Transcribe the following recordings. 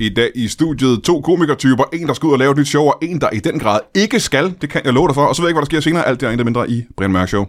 I dag i studiet to komikertyper. En, der skal ud og lave et nyt show, og en, der i den grad ikke skal. Det kan jeg love dig for. Og så ved jeg ikke, hvad der sker senere. Alt det og intet mindre i Brian Mørk Show.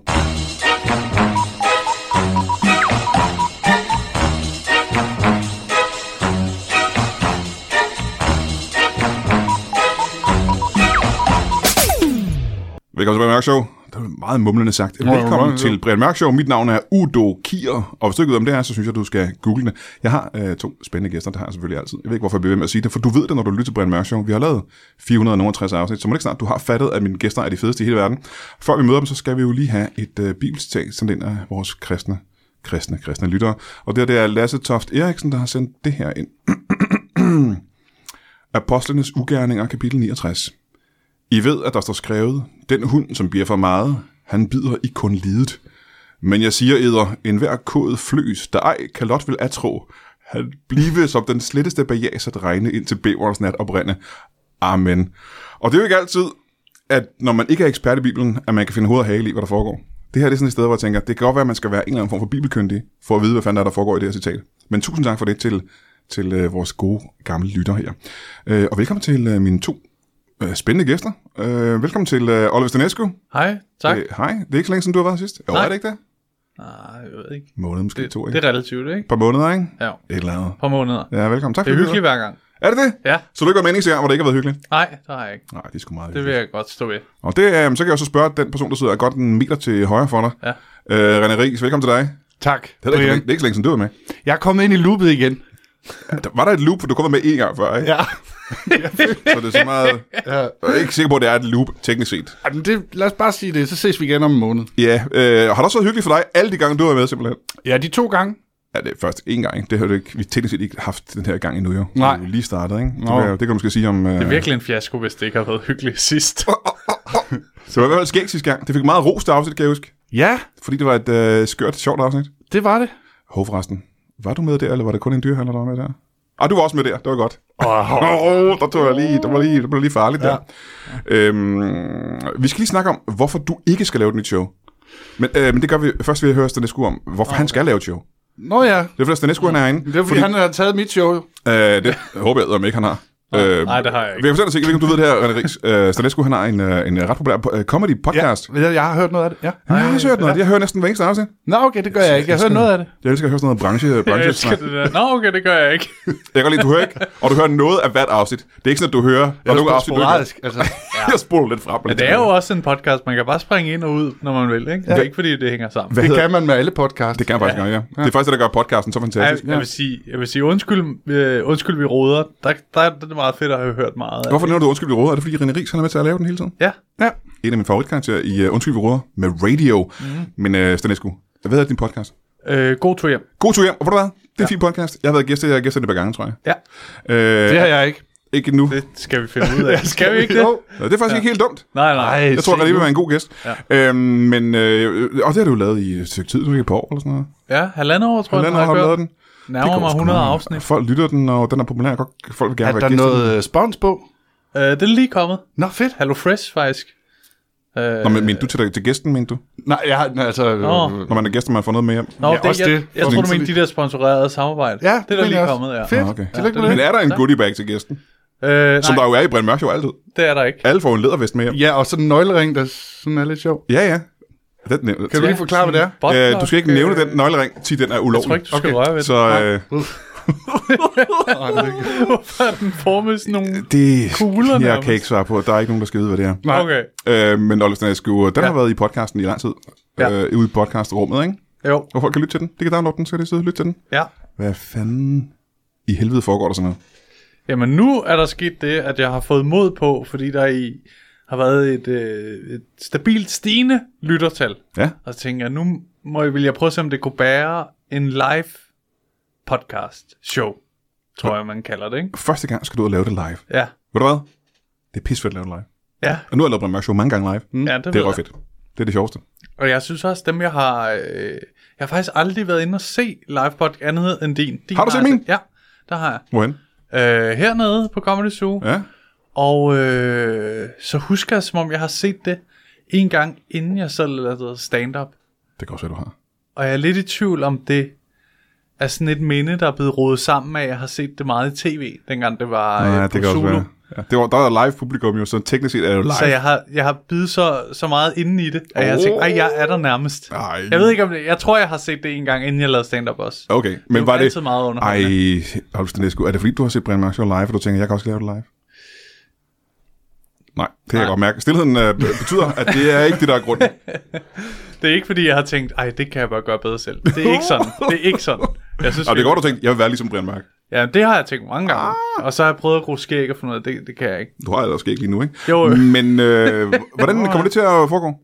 Velkommen til Brian Mørk Show. Det var meget mumlende sagt. Velkommen ja. til Brian Mørk Show. Mit navn er Udo Kier, og hvis du ikke ved, om det er, så synes jeg, du skal google det. Jeg har øh, to spændende gæster, det har jeg selvfølgelig altid. Jeg ved ikke, hvorfor jeg bliver ved med at sige det, for du ved det, når du lytter til Brian Mørk Show. Vi har lavet 460 afsnit, så må det ikke snart, du har fattet, at mine gæster er de fedeste i hele verden. Før vi møder dem, så skal vi jo lige have et øh, bibelcitat, som den af vores kristne, kristne, kristne lyttere. Og det, her, det er Lasse Toft Eriksen, der har sendt det her ind. Apostlenes ugerninger, kapitel 69. I ved, at der står skrevet, den hund, som bier for meget, han bider i kun lidet. Men jeg siger eder, enhver kod fløs, der ej kalot vil atro, han blive som den sletteste bajas at regne ind til bæverens nat oprinde. Amen. Og det er jo ikke altid, at når man ikke er ekspert i Bibelen, at man kan finde hoved og hale i, hvad der foregår. Det her det er sådan et sted, hvor jeg tænker, det kan godt være, at man skal være en eller anden form for bibelkyndig, for at vide, hvad fanden der, er, der foregår i det her citat. Men tusind tak for det til, til øh, vores gode gamle lytter her. Øh, og velkommen til øh, mine to øh, spændende gæster. Øh, velkommen til øh, Oliver Stanescu. Hej, tak. Øh, hej, det er ikke så længe siden, du har været her sidst. Jo, Nej. er det ikke det? Nej, jeg ved ikke. Måned måske Det, to, ikke? det er relativt, ikke? Et par måneder, ikke? Ja, Et eller andet. på måneder. Ja, velkommen. Tak Det er for hyggeligt hver gang. Er det det? Ja, Så du ikke var meningen til jer, hvor det ikke har været hyggeligt? nej, det har jeg ikke. Nej, det er sgu meget Det hyggeligt. vil jeg godt stå ved. Og det, øh, så kan jeg så spørge den person, der sidder godt en meter til højre for dig. Ja. Øh, René Ries, velkommen til dig. Tak, Det er, ikke, Brian. det er ikke så længe siden, du var med. Jeg er kommet ind i loopet igen. Ja, der- Var der et loop, for du kom med en gang før, ikke? Ja. Så det er så meget... ja. Jeg er ikke sikker på, at det er et loop, teknisk set. Jamen, det, lad os bare sige det, så ses vi igen om en måned. Ja, øh, har det også været hyggeligt for dig, alle de gange, du var med, simpelthen? Ja, de to gange. Ja, det er først én gang. ikke? Det har du ikke, vi teknisk set ikke haft den her gang endnu, jo. Nej. Vi er jo lige startet, ikke? Det, Nå. kan, jeg- det kan du måske sige om... Øh... Det er virkelig en fiasko, hvis det ikke har været hyggeligt sidst. Så det var i hvert fald skægt sidste gang. Det fik meget ros, det afsnit, kan jeg huske. Ja, Fordi det var et øh, skørt, sjovt afsnit. det var det. Hov forresten. Var du med der, eller var det kun en dyrhandler, der var med der? Ah, du var også med der. Det var godt. Oh. Oh, der tog jeg lige, der var lige, der blev lige farligt ja. der. Øhm, vi skal lige snakke om, hvorfor du ikke skal lave et nyt show. Men, øh, men det gør vi, først vil jeg høre Stanescu om, hvorfor okay. han skal lave et show. Det Nå ja, er fordi, Stanescu han er herinde. det er fordi, fordi... han har taget mit show. Øh, det håber jeg, at ikke han har. Øh, nej, det har jeg ikke. Vi kan fortælle os ikke, om du ved det her, René Rigs. Øh, Stanescu, han har en, øh, en ret populær po- øh, comedy podcast. Ja. Jeg, jeg har hørt noget af det, ja. Jeg har også hørt noget. Jeg hører næsten hver eneste afsnit. Nå, okay, det gør jeg ikke. Jeg har hørt noget af det. Jeg elsker at høre sådan noget branche, Jeg branche elsker snak. det der. Nå, okay, det gør jeg ikke. Jeg kan godt lide, du hører ikke, og du hører noget af hvert afsnit. Det er ikke sådan, at du hører, der er nogle afsnit, du ikke hører. sporadisk, altså. Jeg spoler lidt frem. Men det er jo også en podcast. Man kan bare springe ind og ud, når man vil, ikke? Det er ikke, fordi det hænger sammen. Hvad Det hedder? kan man med alle podcasts. Det kan jeg faktisk ja. gøre, ja. Det er faktisk det, der gør podcasten så Jeg, fantastisk. Altså, jeg, vil sige, jeg vil sige, undskyld, øh, undskyld vi råder. Der, der, er det meget fedt at have hørt meget. af. Hvorfor nævner du Undskyld, vi råder? Er det fordi René Ries, han er med til at lave den hele tiden? Ja, Ja. En af mine favoritkarakterer i uh, Undskyld, vi råder med radio. Mhm. Mm. Men uh, Stanescu, hvad hedder din podcast? øh, god tur hjem. God tur hjem, og ved du hvad? Det er en fin podcast. Jeg har været gæst, jeg har gæstet det et par gange, tror jeg. Ja, Øh, Det har jeg ikke. Ikke nu. Det, det skal vi finde ud af. Skal vi ikke det? Jo. Nå, det er faktisk ja. ikke helt dumt. Nej, nej. Jeg tror, se at det vil nu. være en god gæst. Ja. Øhm, men, øh, og det har du jo lavet i et stykke tid, du ikke på år eller sådan noget. Ja, halvandet år, tror jeg, den Hvordan har du kørt. lavet den? Det Nærmer går mig sgu 100 meget. afsnit. Folk lytter den, og den er populær. Godt, folk vil gerne Er være der gæster. noget øh, spons på? Øh, det er lige kommet. Nå, fedt. Hello Fresh, faktisk. Øh, Nå, men, men du til, til gæsten, mente du? Nej, jeg har, nej, altså... Nå. øh, Når man er gæster, man får noget med hjem. Nå, Ja, det, også jeg, det. jeg, jeg tror, du mener de der sponsorerede samarbejde. Ja, det er der mener lige jeg også. kommet, ja. Fedt. Nå, okay. Tillykke Ja, med det. det- Men er der en Tak. goodie bag til gæsten? Øh, Som nej, der jo er i Brian Mørk, jo altid. det er der ikke. Alle får en lædervest med hjem. Ja, og sådan en nøglering, der sådan er lidt sjov. Ja, ja. Den, nævner- Kan du lige forklare, hvad det er? øh, du skal ikke nævne den nøglering, til den er Jeg tror ulovlig. ikke, du skal Okay. røre ved Så den. øh, Nej, det er ikke- Hvorfor er den formet sådan nogle... det Kugler jeg nærmest. kan ikke svare på. Der er ikke nogen, der skal vide, hvad det er. Nej. Okay, Øh, men Olle Stanescu, den har Ja. været i podcasten i lang tid. Ja. Øh, ude i podcastrummet, ikke? jo, Og folk kan lytte til den. De kan downloade den, så kan de sidde og lytte til den. ja. Hvad fanden i helvede foregår der sådan noget? Jamen nu er der sket det, at jeg har fået mod på, fordi der i har været et, øh, et stabilt stigende lyttertal. Ja, Og så tænker jeg, nu må jeg, vil jeg prøve at se, om det kunne bære en live podcast show, tror jeg, man kalder det, ikke? første gang skal du ud og lave det live. Ja, Ved du hvad? Det er pissefedt at lave det live. ja, Og nu har jeg lavet Brian Mørk Show mange gange live. Mm. ja Det, det det, ved er jeg. ret fedt. Det er det sjoveste. Og jeg synes også, dem jeg har... Øh, jeg har faktisk aldrig været inde og se live podcast andet end din. din Har du set jeg min? Ja, der har jeg. Hvorhen? Øh, hernede på Comedy Zoo. Ja. Ja. Og øh, så husker jeg, som om jeg har set det en gang, inden jeg selv lavede stand-up. Det kan også være, du har. Og jeg er lidt i tvivl om det er sådan et minde, der er blevet rodet sammen af, at jeg har set det meget i tv, dengang det var ja, på det kan også Zulu. være. Ja, det var, der er live publikum jo, så teknisk set er det jo live. Så jeg har, jeg har bidt så, så meget inde i det, at jeg har tænkt, ej, jeg er der nærmest. Ej. Jeg ved ikke om det, jeg tror, jeg har set det en gang, inden jeg lavede stand-up også. Okay, men jo var det... altid meget underholdende. Ej, hold du næste Er det fordi, du har set Brian Mørk Show live, og du tænker, jeg kan også lave det live? Nej, det kan jeg godt mærke. Stilheden øh, b- betyder, at det er ikke det, der er grunden. Det er ikke, fordi jeg har tænkt, ej, det kan jeg bare gøre bedre selv. Det er ikke sådan, det er ikke sådan. Jeg synes, Og det er vi- godt, du tænkte, jeg vil være ligesom Brian Mørk. Ja, det har jeg tænkt mange gange. Ah. Og så har jeg prøvet at gro skæg og finde ud af, det, det kan jeg ikke. Du har ellers ikke lige nu, ikke? Jo. Men øh, hvordan kommer det til at foregå?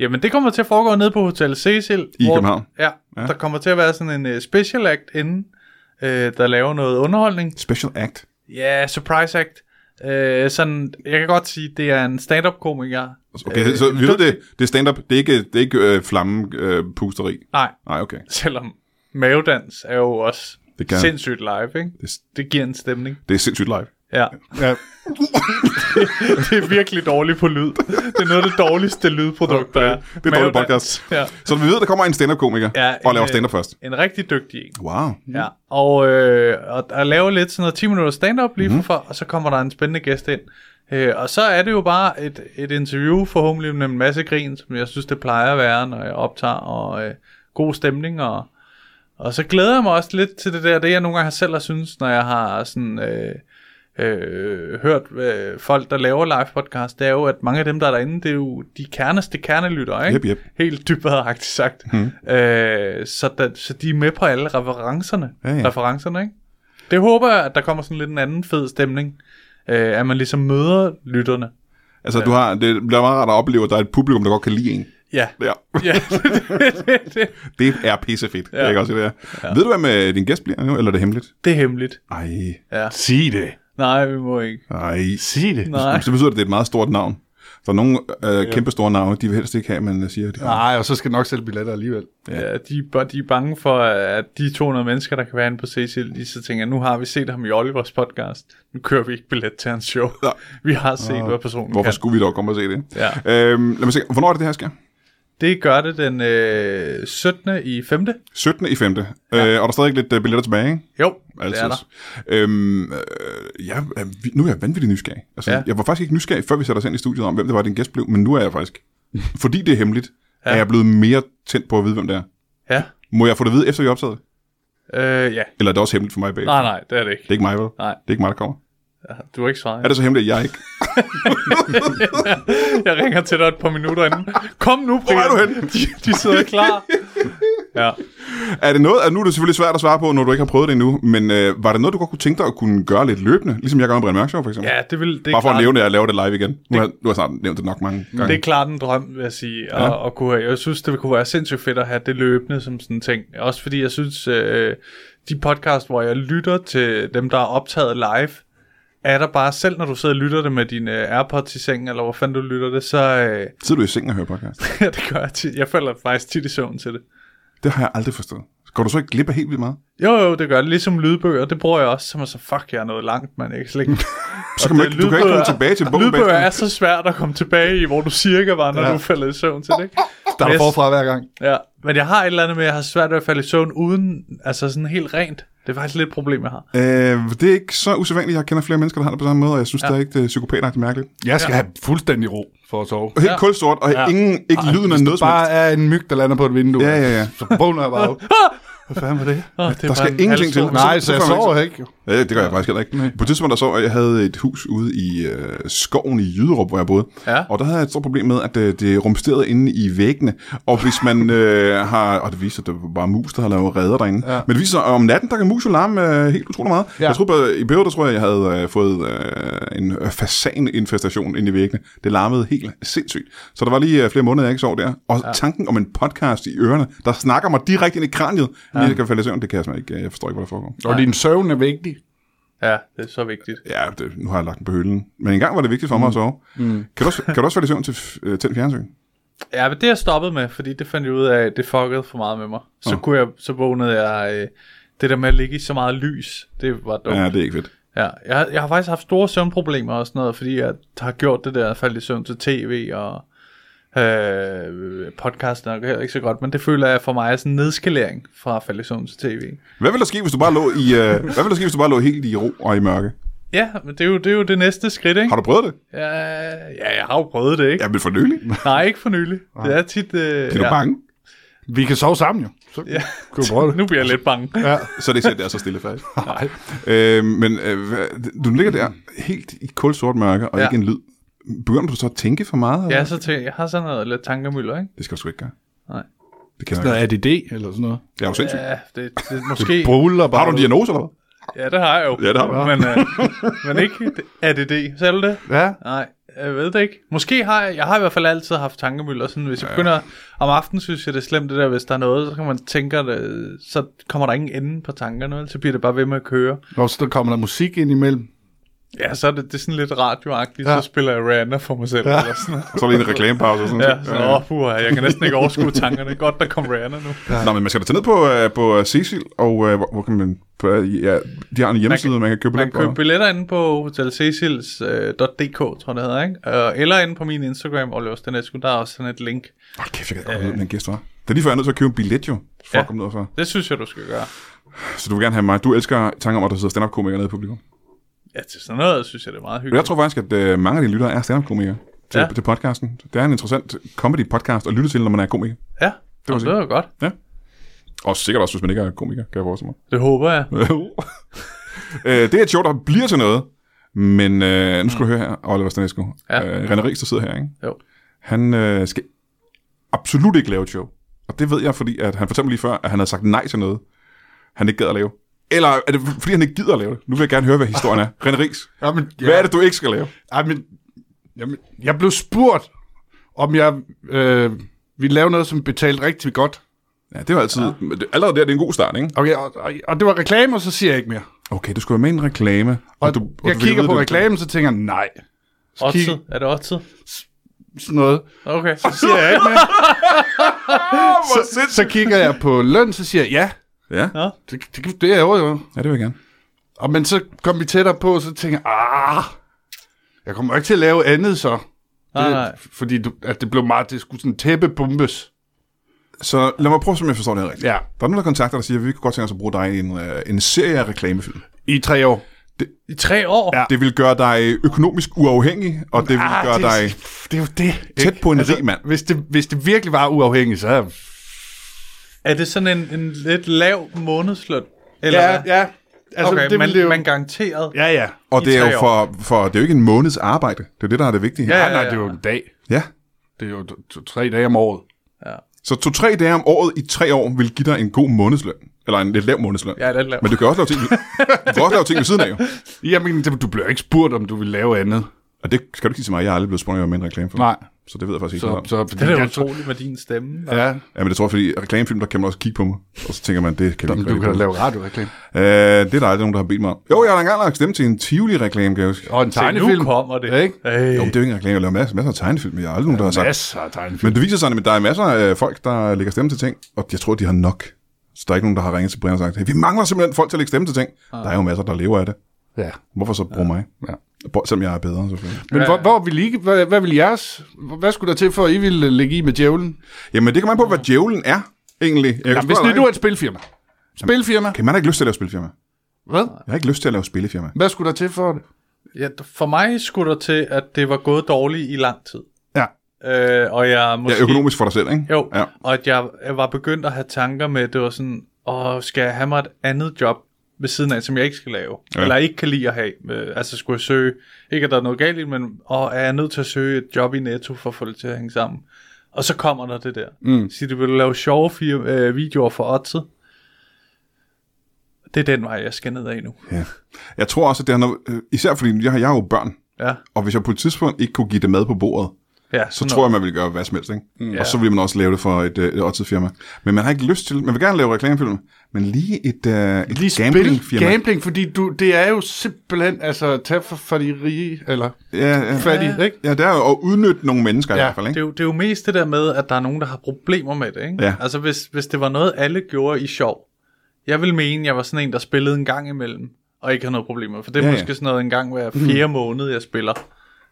Jamen, det kommer til at foregå nede på Hotel Cecil. I København? Ja, Ja. ja, der kommer til at være sådan en uh, special act inden, uh, der laver noget underholdning. Special act. Ja, surprise act. Uh, sådan, jeg kan godt sige, det er en stand-up-komiker. Okay, øh, så vi ved det. Det er stand-up. Det er ikke, det er ikke øh, flamme øh, pusteri. Nej, Nej, okay. selvom mavedans er jo også Det det kan. kan. sindssygt live, ikke? Det, Det giver en stemning. det er sindssygt live. Ja, Ja. det er virkelig dårligt på lyd. Det er noget af det dårligste lydprodukt, der er. Det er dårlig Mavedans. podcast. Ja. Så vi ved, der kommer en stand-up-komiker Ja, og laver en, øh, stand-up først. En rigtig dygtig en. Wow. Ja, og, øh, og, og lave lidt sådan noget 10 minutter stand-up lige Mhm. mm. for, og så kommer der en spændende gæst ind. Øh, og så er det jo bare et, et interview forhåbentlig med en masse grin, som jeg synes, det plejer at være, når jeg optager, og øh, god stemning. Og, og så glæder jeg mig også lidt til det der, det jeg nogle gange selv har synes, når jeg har sådan... Øh, øh, hørt øh, folk, der laver live podcast, det er jo, at mange af dem, der er derinde, det er jo de kerneste kernelyttere, ikke? Jep, jep. Mhm. Helt dybere sagt. Mm. Øh, så, da, så de er med på alle referencerne. Ja, ja. referencerne ikke? Det håber jeg, at der kommer sådan lidt en anden fed stemning. Øh, at man ligesom møder lytterne. Altså, du har, det bliver meget rart at opleve, at der er et publikum, der godt kan lide en. Ja. Ja. ja det, det, det, Det er pissefedt. Ja. Ikke også, det er. Ja. Ved du, hvad med din gæst bliver nu, eller er det hemmeligt? det er hemmeligt. Ej, Sig det. Nej, vi må ikke. ej. Sig det. Nej. Så betyder det, at det er et meget stort navn. Der er nogle øh, kæmpe store navne, de vil helst ikke have, man siger, at de Nej, og så skal jeg nok sælge billetter alligevel. Ja, de, er ba- de er bange for, at de 200 mennesker, der kan være inde på Cecil, de så tænker, nu har vi set ham i Olivers podcast. Nu kører vi ikke billet til hans show. Nej. Vi har set, hvad personen Hvorfor kan. skulle vi dog komme og se det? Ja. Øhm, lad mig se, hvornår er det, det her sker? Det gør det den øh, 17. i 5. 17. i 5. Ja. Øh, og der er stadig lidt øh, billetter tilbage, ikke? Jo, Altid. det er der. Øhm, øh, jeg er, vi- nu er jeg vanvittig nysgerrig. Altså, ja. Ja. Jeg var faktisk ikke nysgerrig, før vi satte os ind i studiet om, hvem det var, din gæst blev, men nu er jeg faktisk. Fordi det er hemmeligt, ja. er jeg blevet mere tændt på at vide, hvem det er. Ja. Må jeg få det at vide, efter vi er optaget? Øh, ja. Eller er det også hemmeligt for mig bag? Nej, nej, det er det Det er ikke. ikke mig, vel? Nej. Det er ikke mig, der kommer. Du har ikke svaret. Er det så hemmeligt, at jeg ikke? Jeg ringer til dig et par minutter inden. Kom nu, Brian. Hvor er du henne? De, de sidder klar. Ja. Er det noget, at nu er det selvfølgelig svært at svare på, når du ikke har prøvet det endnu, men øh, var det noget, du godt kunne tænke dig at kunne gøre lidt løbende? Ligesom jeg gør med Brian Mørk Show, for eksempel. ja, det vil... Det er Bare for at klart- nævne, at jeg laver det live igen. Nu har, nu har jeg snart nævnt det nok mange gange. Det er klart en drøm, vil jeg sige. Og, og kunne, have- jeg synes, det kunne være sindssygt fedt at have det løbende som sådan en ting. Også fordi jeg synes, øh, de podcast, hvor jeg lytter til dem, der er optaget live, er der bare selv, når du sidder og lytter det med dine øh, AirPods i sengen, eller hvor fanden du lytter det, så øh, Sidder du i sengen og hører podcast? ja, det gør jeg tit. Jeg falder faktisk tit i søvn til det. Det har jeg aldrig forstået. Går du så ikke glip af helt vildt meget? Jo, jo, det gør det. Ligesom lydbøger, det bruger jeg også. Som er så, fuck, jeg er nået langt, man. Ikke slet ikke. Så kan man ikke, du kan ikke komme tilbage til bogen Lydbøger bagefter. er så svært at komme tilbage i, hvor du cirka var, når ja. du falder i søvn til det. Ikke? Der er Yes. forfra hver gang. Ja, men jeg har et eller andet med, at jeg har svært ved at falde i søvn uden, altså sådan helt rent. Det er faktisk lidt et problem, jeg har. Øh, det er ikke så usædvanligt. Jeg kender flere mennesker, der har det på samme måde, og jeg synes, ja. det er ikke det er psykopatagtigt mærkeligt. Jeg skal ja. have fuldstændig ro for at sove. Helt ja. kulsort, og ja. ingen, ikke lyden af noget som Bare helst. er en myg, der lander på et vindue. Ja, ja, ja. Så vågner jeg bare op. Hvad fanden var det? Oh, det er der bare skal en ingenting til. halvstor- Så- Nej, så Ah! så jeg får man ikke- sover ikke. jo. Ja, det gør jeg faktisk heller ikke. På et tidspunkt, der så, at jeg havde et hus ude i øh, skoven i Jyderup, hvor jeg boede. Ja. Og der havde jeg et stort problem med, at øh, det rumsterede inde i væggene. Og hvis man øh, har... Og det viste sig, at det var bare mus, der havde lavet redder derinde. Ja. Men det viser sig, at om natten, der kan mus jo larme øh, helt utrolig meget. Ja. Ja. Jeg tror, på, i perioder, der tror jeg, jeg havde øh, fået øh, en øh, fasaninfestation inde i væggene. Det larmede helt sindssygt. Så der var lige øh, flere måneder, jeg ikke sov der. Og ja. tanken om en podcast i ørerne, der snakker mig direkte ind i kraniet, ja. lige jeg kan falde i søvn, det kan jeg simpelthen ikke. øh, Jeg forstår ikke, hvad der foregår. Og din søvn er vigtig. Ja, det er så vigtigt. Ja, det, nu har jeg lagt den på hylden. Men engang var det vigtigt for mig mm. at sove. Mm. Kan, du også, kan du også falde i søvn til, øh, til fjernsyn? Ja, men det er jeg stoppet med, fordi det fandt jeg ud af, at det fuckede for meget med mig. Så, kunne jeg, så vågnede jeg... Øh, det der med at ligge i så meget lys, det var dumt. Ja, Ja. det er ikke fedt. Ja, jeg, har- jeg har faktisk haft store søvnproblemer og sådan noget, fordi jeg har gjort det der, faldt i søvn til tv og Øh, podcasten er nok heller ikke så godt, men det føler jeg for mig er sådan en nedskalering fra Fallisum til tv. Hvad ville der ske, hvis du bare lå i, øh, hvad ville der ske, hvis du bare lå helt i ro og i mørke? Ja, men det er jo det, er jo det næste skridt, ikke? Har du prøvet det? Ja, ja, jeg har jo prøvet det, ikke? Ja, men for nylig. Nej, ikke for nylig. Det er tit... Øh, Er du ja. bange? Vi kan sove sammen jo. Så Ja. kan du prøve det. Nu bliver jeg lidt bange. Ja. Så er det ikke sikkert, det er så stille faktisk. øh, men øh, hvad- du ligger der helt i kulsort mørke og Ja. ja. ikke en lyd. Begynder du så at tænke for meget? eller? Ja, så tænker jeg, jeg har sådan noget lidt tankemøller, ikke? Det skal du sgu ikke gøre. Nej. Det kan jeg Noget ikke. ADD eller sådan noget. Jeg er jo sindssyg. Ja, det, det måske... Buller bare. Har du en diagnose eller hvad? Ja, det har jeg jo. Ja, det har du. Men, øh, men ikke ADD. Selv det? Ja. Nej, jeg ved det ikke. Måske har jeg... Jeg har i hvert fald altid haft tankemøller. Sådan, hvis jeg begynder... Om aftenen synes jeg, det er slemt det der. Hvis der er noget, så kan man tænke... at, øh, Så kommer der ingen ende på tankerne, vel? Så bliver det bare ved med at køre. Og så der kommer der musik ind imellem. Ja, så er det, det er sådan lidt radioagtigt. Ja. Ja. Så spiller jeg Rihanna for mig selv. Ja. Eller sådan noget. Og så er det en reklamepause og sådan Ja, noget. sådan, åh, puha, jeg kan næsten ikke overskue tankerne. Godt, der kom Rihanna nu. Nå, men man skal da tage ned på, øh, på øh, Cecil, og øh, hvor, hvor kan man... På, øh, ja, de har en hjemmeside, man kan, købe Man billet kan købe på. billetter inde på hotelcecils.dk, tror jeg det hedder, ikke? Øh, Eller inde på min Instagram, Oliver Stanescu, der er også sådan et link. Hold kæft, jeg kan godt vide, den gæst var. Det er lige før, jeg er nødt til at købe en billet, jo. For Øh. Ja. at komme ned så. Det synes jeg, du skal gøre. Så du vil gerne have mig. Du elsker tanken om, at der sidder stand-up-komikere nede i publikum. Ja, til sådan noget synes jeg, det er meget Men jeg hyggeligt. tror faktisk, at øh, mange af de lyttere er stand-up-komikere til, Ja. ja. til podcasten. Det er en interessant comedy-podcast at lytte til, når man er komiker. Ja, det, må det lyder godt. Og sikkert også, hvis man ikke er komiker, kan jeg forestille mig. Det håber jeg. øh, det er et show, der bliver til noget. Men øh, nu skal du høre her, Oliver Stanescu. Mm. Ja. Ja. Øh, René Ries, der sidder her, ikke? Jo. Han øh, skal absolut ikke lave et show. Og det ved jeg, fordi at han fortalte mig lige før, at han havde sagt nej til noget, han ikke gad at lave. Eller er det fordi, han ikke gider at lave det? Nu vil jeg gerne høre, hvad historien er. René Ries, Jamen, ja. hvad er det, du ikke skal lave? Jamen, jamen, jeg blev spurgt, om jeg øh, ville lave noget, som betalte rigtig godt. Ja, det var altid... Ja. Allerede der, det er en god start, ikke? Okay, og, og, og det var reklame, og så siger jeg ikke mere. Okay, du skulle være med i en reklame. Og, og du, jeg fik at kigger vide, på det- reklamen, så tænker jeg, nej. Så Otted. kigger- Er det Otted? sådan noget. Okay. Så siger jeg ikke mere. Hvor så, så kigger jeg på løn, så siger jeg, ja, Ja, Nå, det, det, det er jo jo. ja, det vil jeg gerne. Og men så kom vi tættere på, så tænker jeg, ah, jeg kommer ikke til at lave andet så. nej, det, nej. Fordi du, at det blev meget, det skulle sådan tæppebombes. Så lad mig prøve, som jeg forstår det her rigtigt. Ja, Der er nogen, der kontakter dig og siger, at vi kunne godt tænke os at bruge dig i en, øh, en serie af reklamefilm. i tre år. I tre år? Ja. Det vil gøre dig økonomisk uafhængig, og det altså- vil ah, gøre det, er- dig... det er jo det. Tæt ikke? på en rig mand. Hvis det, hvis det virkelig var uafhængigt, så... Er det sådan en, en lidt lav månedsløn? Eller Ja, hvad? ja. Altså, okay, det man, ville det jo... man garanteret. Ja, ja. Og I det er tre jo for, for, det er jo ikke en måneds arbejde. Det er det, der er det vigtige. Ja, Ja, ja, Ah, nej, ja. det er jo en dag. ja. Det er jo to, to, tre dage om året. Så to-tre dage om året i tre år vil give dig en god månedsløn. Eller en lidt lav månedsløn. Ja, lidt lav. Men du kan også lave ting, du kan også lave ting ved siden af, jo. Jamen, det- du bliver ikke spurgt, om du vil lave andet. Og det skal du ikke sige til mig. Jeg har aldrig blevet spurgt om en reklamefilm. Nej. Så det ved jeg faktisk ikke. Så, noget om. så, Det er da så, utroligt med din stemme. ja, Ja, men det tror jeg, fordi reklamefilm, der kan man også kigge på mig. Og så tænker man, det kan jeg men ikke du rigtig bruge. kan lave radioreklame. Øh, det er der aldrig nogen, der har bedt mig om. Jo, jeg har da engang lagt stemme til en Tivoli-reklame, kan jeg huske. Og en Se, tegnefilm. nu kommer det. Ja, ikke? Hey. Jo, men det er jo ikke en reklame. Jeg laver masser, masser af tegnefilm, men jeg har aldrig nogen, der har sagt. Masser af tegnefilm. Men det viser sig, at der er masser af folk, der lægger stemme til ting, og jeg tror, de har nok. Så der er ikke nogen, der har ringet til Brian og sagt, hey, vi mangler simpelthen folk til at lægge stemme til ting. Der er jo masser, der lever af det. Ja. Hvorfor så bruge mig? Ah. Ja. Bo- Selvom jeg er bedre, selvfølgelig. Men hvor, hvor vil I, hvad, hvad vil jeres, hvad skulle der til, for at I ville lægge i med djævlen? Jamen, det kan man på, hvad djævlen er, egentlig. Jeg kan Jamen, hvis spørge det dig, nu er et spilfirma. Spilfirma? Kan man har ikke lyst til at lave spillefirma? Hvad? Jeg har ikke lyst til at lave spillefirma. Hvad skulle der til for det? Ja, for mig skulle der til, at det var gået dårligt i lang tid. Ja. Øh, og jeg Ja, måske... økonomisk for dig selv, ikke? Jo, Ja. ja. og at jeg, jeg var begyndt at have tanker med, at det var sådan, åh, skal jeg have mig et andet job ved siden af, som jeg ikke skal lave, ja. Ja. eller ikke kan lide at have. Øh, altså skulle jeg søge, ikke at der er noget galt i, det, men åh, er jeg nødt til at søge et job i Netto for at få det til at hænge sammen? Og så kommer der det der. Mm. Siger, du vil lave sjove fir- øh, videoer for Otze. Det er den vej, jeg skal ned af nu. ja. Jeg tror også, at det har noget... øh, Især fordi jeg har, jeg har jo børn, Ja, og hvis jeg på et tidspunkt ikke kunne give det mad på bordet, ja så tror jeg, man vil gøre hvad som helst, ikke? Mm. Og så vil man også lave det for et, øh, et odds firma. Men man har ikke lyst til, man vil gerne lave reklamefilm, men lige et, øh, et lige gambling firma. Gam- gambling, fordi du, det er jo simpelthen, altså, tag for, for de rige, eller ja, ja. fattige, ja. ikke? ja, det er jo at udnytte nogle mennesker ja, i Ja, hvert fald, Det er, ikke? jo, det er jo mest det der med, at der er nogen, der har problemer med det. Ikke? Ja. Altså, hvis, hvis det var noget, alle gjorde i sjov. Jeg vil mene, jeg var sådan en, der spillede en gang imellem, og ikke havde noget problemer. For det er Ja, Mhm. ja, ja. måske sådan noget en gang hver fjerde måned, jeg spiller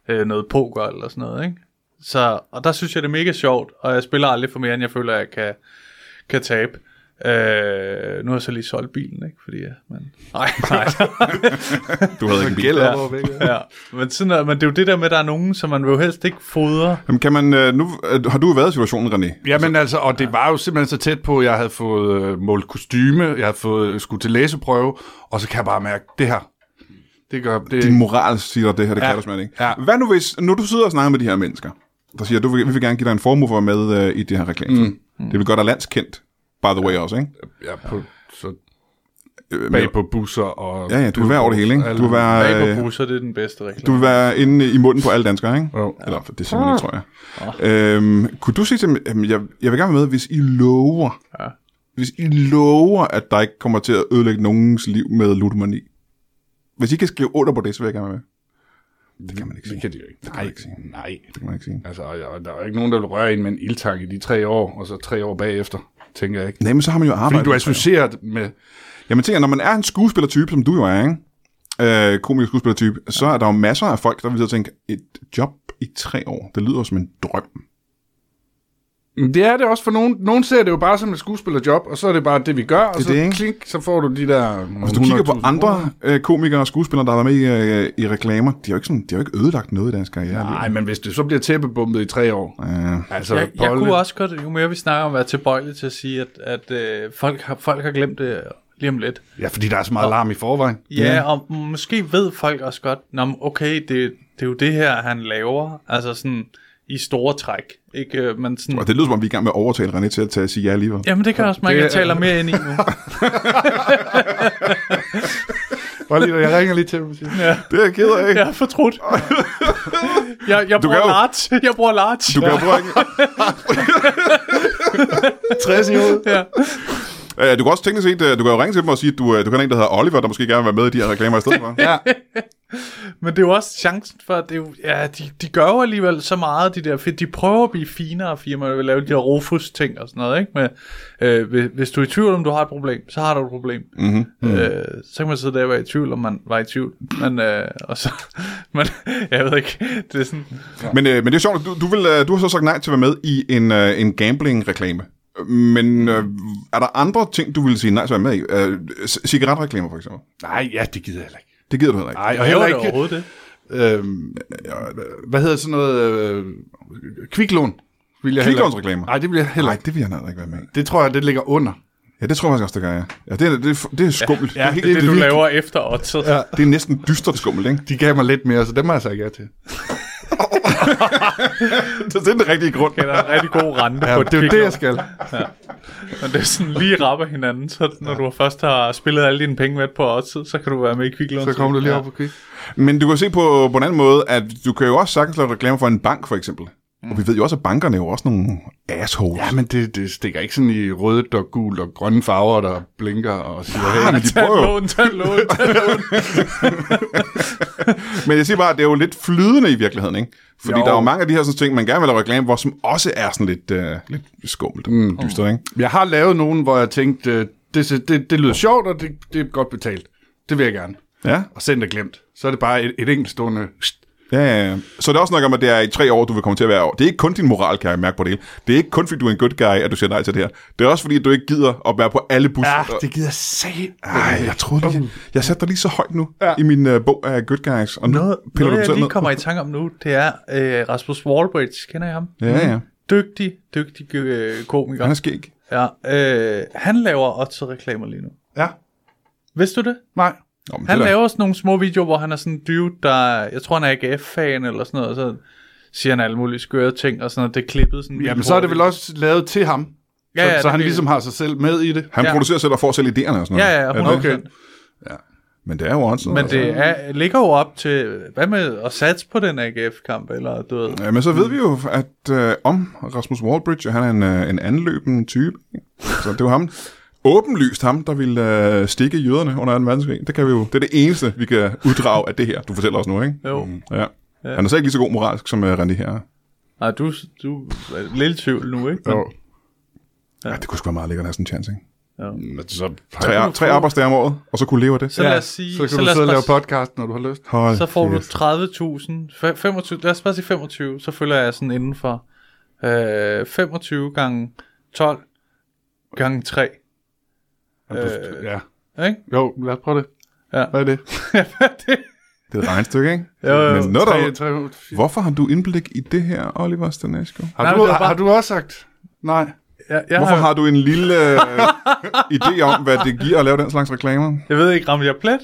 øh, noget poker eller sådan noget. Ikke? Så, og der synes jeg, det er mega sjovt, og jeg spiller aldrig for mere, end jeg føler, jeg kan, kan tabe. Øh, nu har jeg så lige solgt bilen, ikke? Fordi jeg, men... Nej, nej. Du havde ikke en bil. Gæld Ja. op over væk, ja. ja. Men, sådan, er- men det er jo det der med, at der er nogen, som man vil jo helst ikke fodre. Jamen, kan man, øh, nu, øh, har du været i situationen, René? Jamen altså, og det var jo simpelthen så tæt på, at jeg havde fået øh, målt kostyme, jeg havde fået, øh, skulle til læseprøve, og så kan jeg bare mærke, det her, det gør, det, Din moral siger dig, det her, det ja. kan du simpelthen ikke. Ja. Hvad nu hvis, når du sidder og snakker med de her mennesker, der siger, du vil, vi vil gerne give dig en formue for at være med øh, i det her reklame. Mm. Det vil godt være landskendt, by the way også, ikke? ja, på, så Øh, men- bag på busser og... Ja, ja, du vil være over det hele, ikke? Du vil være, Bag øh, på busser, det er den bedste reklame. du vil være inde i munden på alle danskere, ikke? Jo. Eller det siger man ikke, tror jeg. Øhm, kunne du sige til dem, jamen, jeg, jeg vil gerne være med, hvis I lover, Ja. hvis I lover, at der ikke kommer til at ødelægge nogens liv med ludomani. Hvis I kan skrive under på det, så vil jeg gerne være med. Det kan man ikke sige. Det kan de jo ikke. man Nej, ikke sige. nej. Det kan man ikke sige. Altså, og jeg- der er jo ikke nogen, der vil røre en med en ildtang i de tre år, og så tre år bagefter, tænker jeg ikke. Nej, men så har man jo arbejdet. Fordi du er associeret med... Jamen tænker, jeg, når man er en skuespillertype, som du jo er, ikke? Øh, komisk skuespillertype, så er der jo masser af folk, der vil sidde og tænke, et job i tre år, det lyder som en drøm. Men Det er det også for nogen. Nogen ser det jo bare som et skuespillerjob, og så er det bare det, vi gør, og er så det, ikke? klink, så får du de der... Hvis du kigger på andre øh, komikere og skuespillere, der har været med i, øh, i reklamer, de har jo ikke, sådan, de har jo ikke ødelagt noget i deres karriere. Nej, men hvis det så bliver tæppebumpet i tre år, Øh, altså... Jeg, jeg Polly- kunne også godt, jo mere vi snakker om, være tilbøjelig til at sige, at, at øh, folk, har, folk har glemt det lige om lidt. Ja, fordi der er så meget larm i forvejen. Ja, og måske ved folk også godt, Nå, men okay, det, det er jo det her, han laver. Altså sådan i store træk. Ikke? Øh, Men sådan, og det lyder som om, vi er i gang med at overtale René til at tage at sige ja alligevel. Jamen det kan jeg også mærke, Det at er- jeg taler mere ind i nu. Bare lige, jeg ringer lige til dem og siger, Ja, Det er jeg ked af. jeg er fortrudt. Jeg, jeg Du bruger kan jo- large. Jeg bruger large. Du kan jo prøve at- 60 i hovedet. Ja. Øh, du kan også tænke set, øh, du kan jo ringe til dem og sige, at du, øh, du kan have en, der hedder Oliver, der måske gerne vil være med i de her reklamer i stedet for. Ja, Men det er jo også chancen for, at det er jo, ja, de, de gør jo alligevel så meget, de der, for de prøver at blive finere firmaer, vil lave de der Rufus-ting og sådan noget, ikke? Men, øh, hvis, hvis du er i tvivl om, du har et problem, så har du et problem. Mhm, Mm-hmm. Øh, så kan man sidde der og være i tvivl, om man var i tvivl. Men, øh, og så, men jeg ved ikke, det er sådan, Men, øh, men det er sjovt, at du, du, vil, øh, du har så sagt nej til at være med i en, øh, en gambling-reklame. Men øh, er der andre ting, du ville sige nej til at være med i? Øh, c- cigaretreklamer for eksempel. nej, ja, det gider jeg heller ikke. Det gider du heller ikke. Nej, og laver heller det ikke... overhovedet det. Øhm, øh, hvad hedder sådan noget? Øh, kviklån. Vil jeg heller- Kviklånsreklamer? Nej, det vil jeg heller Nej, ikke. det vil jeg heller ikke være med i. Det tror jeg, det ligger under. Ja, det tror jeg faktisk også, det gør jeg. Ja, det, er, det, er, det er skummelt. Ja, det, er helt, Det, det, du virkelig- laver efter oddset. Ja. det er næsten dystert skummelt, ikke? De gav mig lidt mere, så dem har jeg sagt ja til. Så det er den rigtige grund. Der er en rigtig god rente Ja, på det er jo det, kviklån. jeg skal. Men det er sådan lige rapper hinanden, så når du først har spillet alle dine penge med på oddset, så kan du være med i kviklån. Så kommer du lige op på kvik. Men du kan se på, på en anden måde, at du kan jo også sagtens lave reklamer for en bank, for eksempel. Mm. Og vi ved jo også, at bankerne er jo også nogle assholes. Ja, men det, det stikker ikke sådan i rødt og gult og grønne farver, der blinker og siger, hey, men de Tag et prøver jo. lån, tag et lån, tag et lån. Men jeg siger bare, at det er jo lidt flydende i virkeligheden, ikke? Fordi Jo. jo. der er jo mange af de her sådan, ting, man gerne vil lave reklame for, som også er sådan lidt, øh, lidt skummelt og mm. dystert, ikke? Jeg har lavet nogen, hvor jeg tænkte, øh, det, det, det lyder sjovt, og det, det er godt betalt. Det vil jeg gerne. Ja. Og sendt er glemt. Så er det bare et, et enkeltstående... Ja, ja, ja. Så det er også nok om, at det er i tre år, du vil komme til at være over. Det er ikke kun din moral, kan jeg mærke på det hele. Det er ikke kun, fordi du er en good guy, at du siger nej til det her. Det er også fordi, at du ikke gider at være på alle busser. Ja, det gider jeg sige. Ej, jeg troede lige, jeg satte dig lige så højt nu ja. i min uh, bog af Good Guys, og nu Noget, piller noget du jeg selv lige ned. kommer i tanke om nu, det er øh, Rasmus Wallbridge, kender I ham? Ja, ja. Dygtig, dygtig øh, komiker. Han er skæg. Ja, øh, han laver også reklamer lige nu. Ja, Vidste du det? nej. Nå, men Han det er da- laver sådan nogle små videoer, hvor han er sådan en dude, der... Jeg tror, han er AGF-fan eller sådan noget, og så siger han alle mulige skøre ting og sådan noget. Det er klippet sådan... Jamen, så er det vel også lavet til ham. Ja, ja, så, så det han vil- ligesom har sig selv med i det. Han Ja. producerer selv og får selv idéerne og sådan noget. Ja, ja, Er det 100%. ikke? Okay. Men det er jo også Men det er, ligger jo op til... Hvad med at satse på den AGF-kamp, eller du ved... Ja, Øh, men så ved vi jo, at øh, om Rasmus Wallbridge, at han er en, øh, en anløbende type. Så det var ham. Åbenlyst ham, der ville øh, stikke jøderne under 2. verdenskrig. Det kan vi jo. Det er det eneste, vi kan uddrage af det her. Du fortæller os nu, ikke? Jo. Mm. Ja. Han er så ikke lige så god moralsk, som øh, René her. er. Nej, du, du er lidt i tvivl nu, ikke? Men, Ja, det kunne sgu være meget lækkert at have sådan en chance, ikke? Men Så, Tre, tre arbejdsdage om året, og så kunne leve af det. Så lad os sige... så kan lad du sidde og os bare lave s- podcast, når du har lyst. Hold Så får du kæft. 30.000, fe- 25, lad os bare sige 25, så følger jeg sådan inden for øh, 25 gange 12 gange 3, Øh, ja. ikke? Jo, lad os prøve det. Ja. Hvad er det? Det er et regnestykke, ikke? Jo, jo, jo. Men nå Tre- dog, tre- fire. hvorfor har du indblik i det her, Oliver Stanesco? Har, Nej, du, men det var har, bare- har du også sagt? Nej. Jeg, jeg, Hvorfor har, har du en lille øh, idé om, hvad det giver at lave den slags reklamer? jeg ved ikke, ramte jeg plet?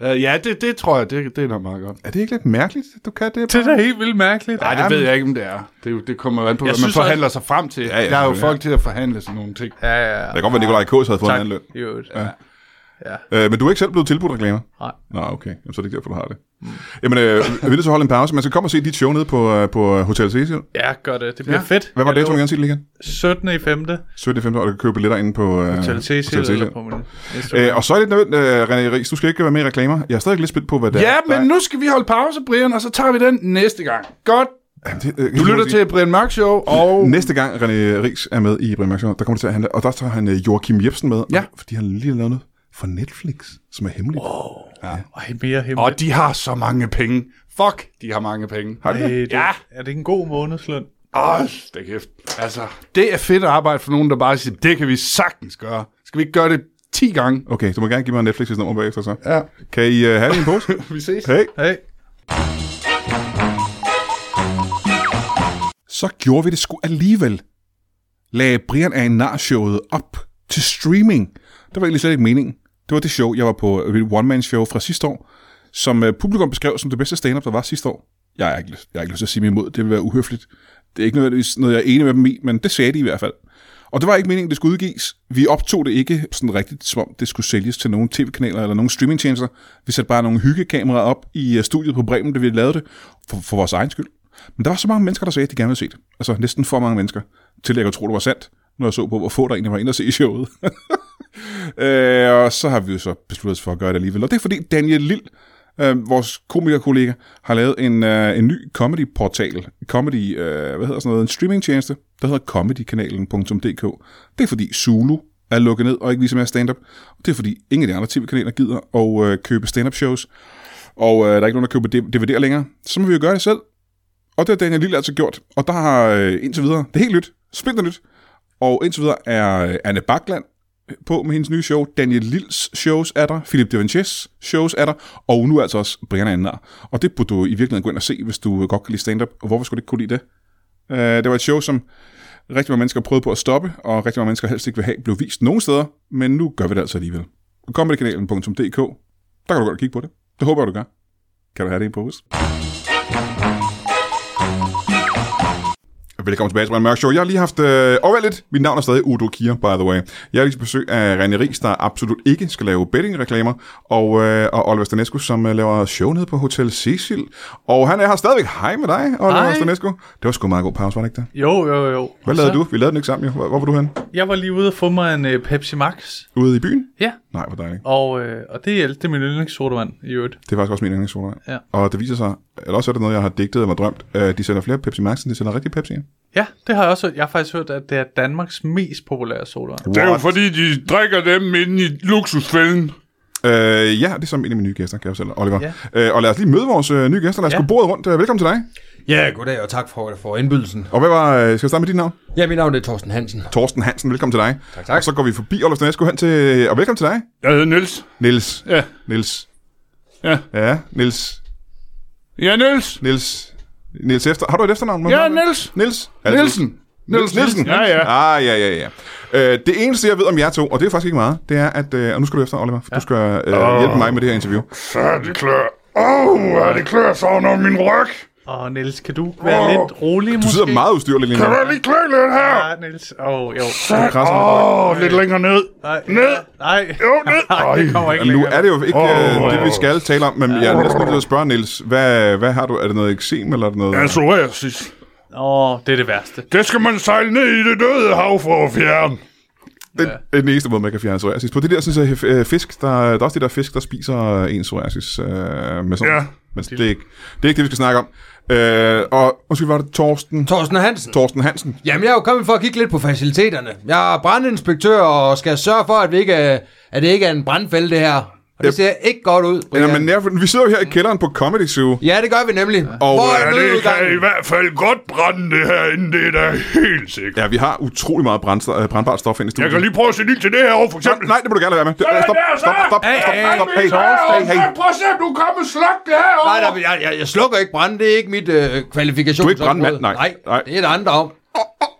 Uh, ja, det, det tror jeg, det, det er nok meget godt. Er det ikke lidt mærkeligt, at du kan det? Det er da helt vildt mærkeligt. Nej, Ja, det ved jeg ikke, om det er. Det, er jo- det kommer jo an på, hvad man synes forhandler sig frem til. Ja, ja, der er jo selvfølgelig. folk til at forhandle sådan nogle ting. Ja, ja, ja. Det kan godt være, at Nikolaj Kås havde fået en anden løn. Tak, i øvrigt. Ja. Øh, men du er ikke selv blevet tilbudt reklamer? Nej. Mm. Nå, okay. Jamen, så er det ikke derfor, du har det. Jamen, øh, vi vil så holde en pause. Man skal komme og se dit show nede på, øh, på øh, Hotel Cecil. ja, gør det. Det bliver ja. fedt. Hvad var Jeg datoen igen, sig det igen? lover 17. i 5. 17.15, og du kan købe billetter inde på øh, Hotel Cecil, eller på min Instagram. Øh, og så er det lidt nødvendigt, øh, René Ries, du skal ikke være med i reklamer. Jeg er stadig lidt spændt på, hvad det Ja, er. men nu skal vi holde pause, Brian, og så tager vi den næste gang. Godt. Jamen, det, øh, Du lytter til Brian Mørk Show, og... Næste gang René Ries er med i Brian Mørk Show, der kommer det til at handle, og der tager han øh, Joachim Jebsen med, Ja. fordi han lige har lavet noget for Netflix, som er hemmeligt. Wow. Øh. Ej, mere himmel. Og de har så mange penge. Fuck, de har mange penge. Har det? Ej, det, Ja. ja. Er det en god månedsløn? Hold da kæft. Altså, det er fedt at arbejde for nogen, der bare siger, det kan vi sagtens gøre. Skal vi ikke gøre det 10 gange? Okay, du må gerne give mig Netflix' nummer bagefter så. Ja. Kan I øh, have det i en pose? Vi ses. Hey. Hey. Så gjorde vi det sgu alligevel. Lagde Brian af Nar-showet op til streaming. Det var egentlig slet ikke meningen. Det var det show, jeg var på, øh, et one-man-show fra sidste år, som øh, publikum beskrev som det bedste stand-up, der var sidste år. Jeg har ikke, lyst- jeg har ikke lyst til at sige mig imod, det vil være uhøfligt. Det er ikke nødvendigvis noget, jeg er enig med dem i, men det sagde de i hvert fald. Og det var ikke meningen, det skulle udgives. Vi optog det ikke sådan rigtigt, som om det skulle sælges til nogle tv-kanaler eller nogle streamingtjenester. Vi satte bare nogle hyggekameraer op i øh, studiet på Bremen, da vi lavede det, for, for vores egen skyld. Men der var så mange mennesker, der sagde, at de gerne ville se det. Altså næsten for mange mennesker, til jeg kunne tro, det var sandt, når jeg så på, hvor få der egentlig var inde og se showet. Øh, og så har vi jo så besluttet os for at gøre det alligevel. Og det er fordi Daniel Lille, øh, vores komikerkollega, har lavet en, øh, en ny comedy-portal. Comedy, øh, hvad hedder sådan noget? En streamingtjeneste, der hedder comedykanalen.dk. Det er fordi Zulu er lukket ned og ikke viser mere stand-up. Og det er fordi ingen af de andre tv-kanaler gider at øh, købe stand-up shows. Og øh, der er ikke nogen, der køber DVD'er længere. Så må vi jo gøre det selv. Og det har Daniel Lille altså gjort. Og der har øh, indtil videre, det er helt nyt, spændende nyt. Og indtil videre er øh, Anne Bakland på med hendes nye show. Daniel Lills shows er der. Philip Devanches shows er der. Og nu altså også Brian Andner. Og det burde du i virkeligheden gå ind og se, hvis du øh, godt kan lide stand-up. Og hvorfor skulle du ikke kunne lide det? Øh, det var et show, som rigtig mange mennesker prøvede på at stoppe, og rigtig mange mennesker helst ikke vil have, blev vist nogen steder. Men nu gør vi det altså alligevel. Comedykanalen.dk Der kan du godt kigge på det. Det håber jeg, du gør. Kan du have det i en pose? Velkommen tilbage til Brian Mørk Show. Jeg har lige haft øh, overvældet. Mit navn er stadig Udo Kier, by the way. Jeg har lige til besøg af René Ries, der absolut ikke skal lave bettingreklamer, og, øh, og Oliver Stanescu, som øh, laver show nede på Hotel Cecil. Og han er her stadigvæk. Hej med dig, Oliver Hej. Stanescu. Det var sgu en meget god pause, var det ikke det? Jo, jo, jo. Hvad lavede du? Vi lavede den ikke sammen, jo. Hvor, hvor var du hen? Jeg var lige ude og få mig en øh, Pepsi Max. Ude i byen? Ja. Nej, hvor dejligt. Og, øh, og det er, det er min yndlingssodavand i øvrigt. Det er faktisk også min yndlingssoda. Ja. Og det viser sig, eller også er det noget, jeg har digtet eller drømt. Øh, de sælger flere Pepsi Max, end de sælger rigtig Pepsi. Ja, det har jeg også hørt. Jeg har faktisk hørt, at det er Danmarks mest populære sodavand. Det er jo fordi, de drikker dem inde i luksusfælden. Øh, ja, det er som en af mine nye gæster, kan jeg jo selv, Oliver. Ja. Ja. Øh, og lad os lige møde vores øh, nye gæster. Lad os ja. Ja. gå bordet rundt. Øh, velkommen til dig. Ja, goddag og tak for, for indbydelsen. Og hvad var, øh, skal vi starte med dit navn? Ja, mit navn er Thorsten Hansen. Torsten Hansen, velkommen til dig. Tak, tak. Og så går vi forbi Oliver Stanesco hen til, øh, og velkommen til dig. Jeg hedder Niels. Nils. Ja. Nils. Ja. Ja, Nils. Ja, Niels. Nils. Nils efter. Har du et efternavn? Ja, Niels. Niels. Altid. Nielsen. Niels Nielsen. Ja, ja. Ah, ja, ja, ja. Øh, det eneste, jeg ved om jer to, og det er faktisk ikke meget, det er, at... Øh, og nu skal du efter, Oliver, for ja. du skal øh, hjælpe mig med det her interview. Så er det klør. Åh, oh, er det klør så under min ryg. Og Niels, kan du være lidt rolig måske? Du sidder meget ustyrligt lige nu. Kan du lige klø lidt her? Ja, Niels. Åh, oh, jo. krasser lidt. Åh, oh, lidt længere ned. Nej. Ned. Nej. Jo, ned. Nej, det kommer ikke Jamen, nu længere. er det jo ikke Åh, øh, det, vi ja. skal tale om, men jeg er næsten nødt til at spørge, Niels, hvad, hvad har du? Er det noget eksem, eller er det noget... Ja, psoriasis. Åh, det er det værste. Det skal man sejle ned i det døde hav for at fjerne. Det er den eneste måde, man kan fjerne psoriasis på. Det der, synes jeg, øh, fisk, der, der er også de der fisk, der spiser øh, en psoriasis øh, med sådan. Ja. Men det er, ikke, det er ikke det, vi skal snakke om. Øh, og måske var det Torsten, Torsten Hansen. Torsten Hansen. Jamen, jeg er jo kommet for at kigge lidt på faciliteterne. Jeg er brandinspektør og skal sørge for, at, vi ikke er, at det ikke er en brandfælde, det her. Og det ser ikke godt ud, Ja. Brian. men nær- vi sidder jo her i kælderen på Comedy Zoo. Ja, det gør vi nemlig. Og, Hvor øh, er nødudgangen? hvert fald godt brænde det herinde, det er da helt sikkert. Ja, vi har utrolig meget brand, øh, brandbart stof ind i studiet. lige prøve at se til det her over, for Nej, nej, det må du gerne lade være med. Det, Sådan øh, stop, der, så! stop, stop, Hey, stop, hey, stop, hey, hey, hey, hey. prøv at se, om du kommer sluk det her Nej, nej, men jeg, jeg, jeg slukker ikke branden. Det er ikke mit øh, kvalifikation. Du er ikke brandmand, nej. nej. Nej. Nej, det er der andre om.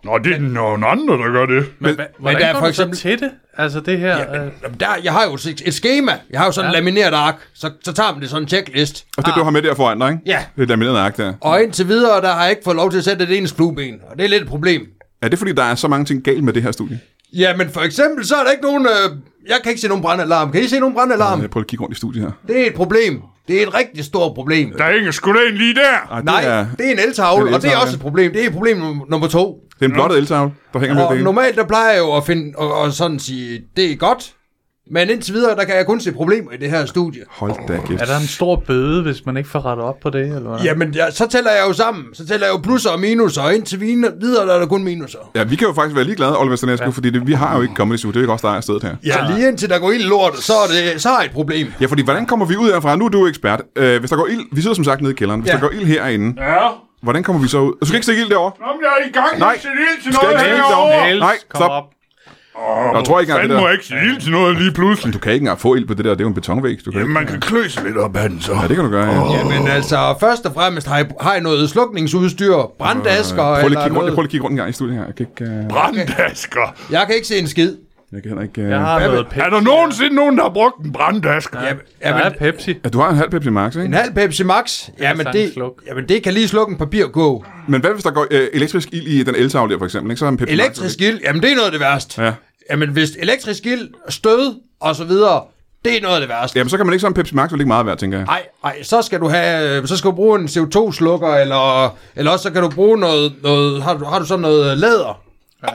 Nå, det er nogen andre, der gør det. Men, men, hvordan der er går for du så eksempel- til det? Altså det her... Ja, øh, Jamen, der, jeg har jo et, et schema. Jeg har jo sådan ja. en lamineret ark. Så, så tager man det sådan en checklist. Og det, du har med der foran dig, ikke? Ja. Det er lamineret ark der. Og indtil videre, der har jeg ikke fået lov til at sætte det ens flueben. Og det er lidt et problem. Er det, fordi der er så mange ting galt med det her studie? Øh, Jamen, for eksempel, så er der ikke nogen... Øh, jeg kan ikke se nogen brandalarm. Kan I se nogen brandalarm? Jeg prøver at kigge rundt i studiet her. Det er et problem. Det er et rigtig stort problem. Der hænger sgu da en lige der. Ej, det Nej, Er, det er en eltavle, det er en og det er eltavle, også ja. et problem. Det er problem num- nummer to. det er en blottet eltavle, der hænger med Og det hele. normalt, der plejer jeg jo at finde, og, og sådan sige, det er godt. Men indtil videre, der kan jeg kun se problemer i det her studie. Hold da kæft. er der en stor bøde, hvis man ikke får rettet op på det? Eller hvad? Jamen, ja, så tæller jeg jo sammen. Så tæller jeg jo plusser og minuser, og indtil vine- videre, der er der kun minuser. Ja, vi kan jo faktisk være ligeglade, Oliver Stanescu, ja. fordi det, vi har jo ikke Comedy Zoo. Det er jo ikke os, der er stedet her. Ja, lige indtil der går ild i lortet, så er det så er et problem. Ja, fordi hvordan kommer vi ud herfra? Nu er du ekspert. Øh, hvis der går ild, vi sidder som sagt nede i kælderen. Hvis ja. Ja. der går ild herinde, Ja. hvordan kommer vi så ud? Du skal ikke stikke ild derovre. Nå, men jeg er i gang med Nej, at sætte ild til du skal noget ikke sætte ild herovre. derovre. Niels, nej, kom stop. op. Jeg tror ikke engang Fanden det må der. jeg ikke sætte ild til noget lige pludselig. Du kan ikke engang få ild på det der. Det er jo en betonvæg. Du kan Jamen, ikke. man kan kløse lidt op af den, så. Ja, det kan du gøre. Ja. Jamen altså, først og fremmest har I, har I noget slukningsudstyr, brandasker Øh, Prøv lige at kigge eller rundt, prøv noget. lige at kigge rundt en gang i studiet her. Jeg kan ikke... øh, Branddasker. Jeg kan ikke se en skid. Jeg kan heller ikke... øh, Jeg har noget Pepsi. Er der nogensinde nogen, der har brugt en branddasker? Ja. Der Jamen, er Pepsi. Ja, du har en halv Pepsi Max, ikke? en halv Pepsi Max, jamen sagtens det, sluk. jamen det kan lige slukke en papirkog. Men hvad hvis der går øh, elektrisk ild i den eltavle der, for eksempel? Ikke? Så er en Pepsi Elektrisk Max, ild, jamen det er noget af det værste. Ja. Jamen hvis elektrisk ild, stød og så videre, det er noget af det værste. Jamen, så kan man ikke så en Pepsi Max, vel ikke meget værd, tænker jeg. Ej, ej, så skal du have, øh, så skal du bruge en CO2-slukker, eller, eller også så kan du bruge noget, noget har, du, har du sådan noget øh, læder? Ja.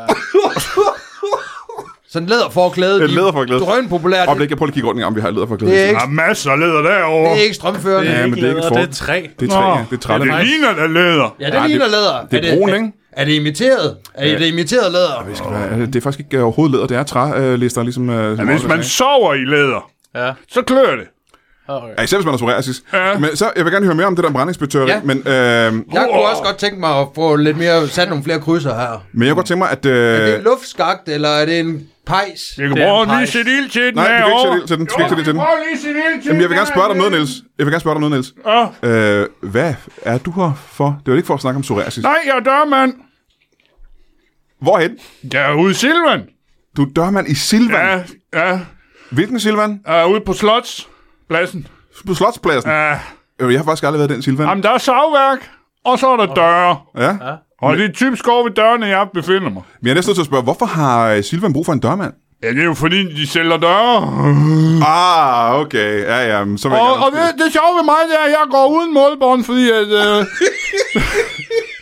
sådan læderforklæde. Et læderforklæde. populært. Øjeblik, jeg prøver lige at kigge rundt en gang, om vi har leder for Det er klæde. ikke, Der er masser af læder derovre. det er ikke strømførende. Det er Ja, men ikke det er ikke læder, for- det er træ. Det er træ, Nå, ja. det er Ja, trælle. det ligner da læder. Ja, det ligner læder. det er brun, ikke? Er det imiteret? Er det imiteret læder? Ja, det er faktisk ikke øh, overhovedet læder, det er trælister, ligesom... Øh, Ja, som Hvis Oliver sagde. man sover i læder, Ja. så klør det. Ja, især hvis man har psoriasis. Ja. Men så, jeg vil gerne høre mere om det der brændingspetør, ja. Ja. men, øh, Jeg kunne også godt tænke mig at få lidt mere, sat nogle flere krydser her. men jeg kunne godt tænke mig, at... Er det en Øh, luftskagt, eller er det en pejs? Jeg kan Det er prøve en lige pejs. sætte ild til den Nej, du kan ikke herovre. sætte ild til den. Du skal ikke sætte ild til den. Prøv lige at sætte ild til jamen, jeg vil gerne spørge dig om noget, herovre. Niels. Jeg vil gerne spørge dig om noget, Niels. Ja. Øh, hvad er du her for? Det var ikke for at snakke om psoriasis. Nej, jeg er dørmand. Hvorhen? Jeg er ude i Silvan. Du er dørmand i Silvan. Ja, Ja. ja. Hvilken Silvan? Jeg er ude på Slotspladsen. På Slotspladsen. Ja. Ja. Jeg har faktisk aldrig været i den Silvan. Jamen, der er savværk, og så er der døre. Ja. Og det er typisk over ved dørene, jeg befinder mig. Men jeg er næsten nødt til at spørge, hvorfor har øh, Silvan brug for en dørmand? Ja, det er jo fordi, de sælger døre. Ah, okay. Ja, ja. men Så vil jeg Mm. Og, gerne og det, undskylde. det sjove ved mig, det er, at jeg går uden målbånd, fordi at, øh,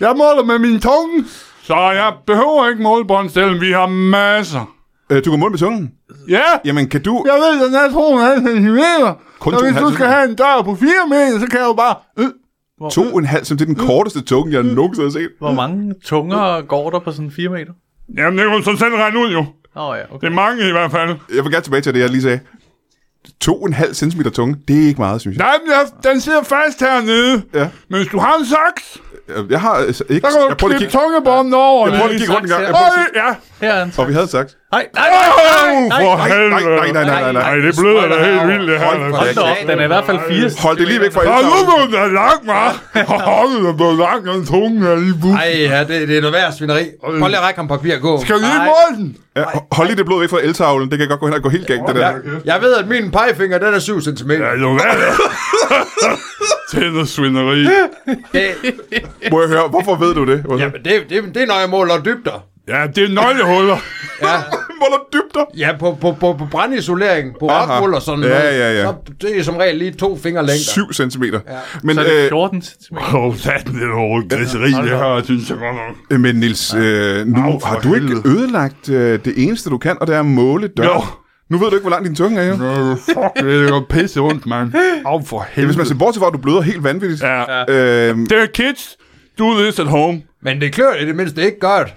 jeg måler med min tunge. Så jeg behøver ikke målbånd, selvom vi har masser. Øh, du går mål med tungen. Ja, Jamen, kan du... jeg ved, at den er 2,5 cm. Kun Så hvis 2,5 du skal have en dør på 4 meter, så kan jeg jo bare... Øh, To og en halv, som det er Mm. den korteste tunge, jeg nogensinde har set. Hvor mange tunger går der på sådan 4 meter? Jamen, det kan du så selv regne ud jo. Åh oh, ja, Det okay. er mange i hvert fald. Jeg vil gerne tilbage til det, jeg lige sagde. To og en halv centimeter tunge, det er ikke meget, synes jeg. Nej, men jeg- den sidder fast hernede. Ja. Men hvis du har en saks, Jeg- Jeg har altså ikke... så kan du Jeg prøver lige at klippe kigge, tungebånden over. jeg prøver lige at kigge rundt en gang. Jeg prøver Øj, lige at ja. Her er en kigge. Og vi havde sagt... Nej, nej, nej, nej, nej, For Nej, nej. nej, helvede. nej, nej, nej, nej. Nej, nej. det bløder da helt vildt, det her. Hold da Hold da op, den er i hvert fald 4. Hold det lige væk fra Og nu eltavlen. blev den lang, hva'? Hold da blev lang, den tunge er i bus. Ej, ja, det, det er noget værd svineri. Prøv lige at række ham papir og gå. Skal vi lige Ej. måle den? Ja, ho- Hold lige det blod væk fra eltavlen. Det kan godt gå hen og gå helt galt, det der. Jeg ved, at min pegefinger, den er 7 cm. Ja, jo, hvad er det? Tænder svineri. Det, Må jeg høre, hvorfor ved du det? jamen, det, det, det er, når jeg måler dybder. Ja, det er nøglehuller. Ja, Måler dybder. ja på, på, på, på brandisolering, på Aha. opmål og sådan Ja, noget. ja, ja. Så, det er som regel lige to fingerlængder. 7 centimeter. Men, Så er det øh, 14 cm. Åh, oh, satan, det er noget griseri, det her, synes jeg godt nok. Men Nils, øh, nu Au, Au, for har du ikke helvede. ødelagt øh, det eneste, du kan, og det er at måle dør. Jo. Nu ved du ikke, hvor lang din tunge er, jo. Det Øh, fuck, det går pisse ondt, mand. Au, for er, hvis man helvede. ser bort til, hvor du bløder helt vanvittigt. Ja. Øhm, The kids do this at home. Men det klør i det mindste ikke godt.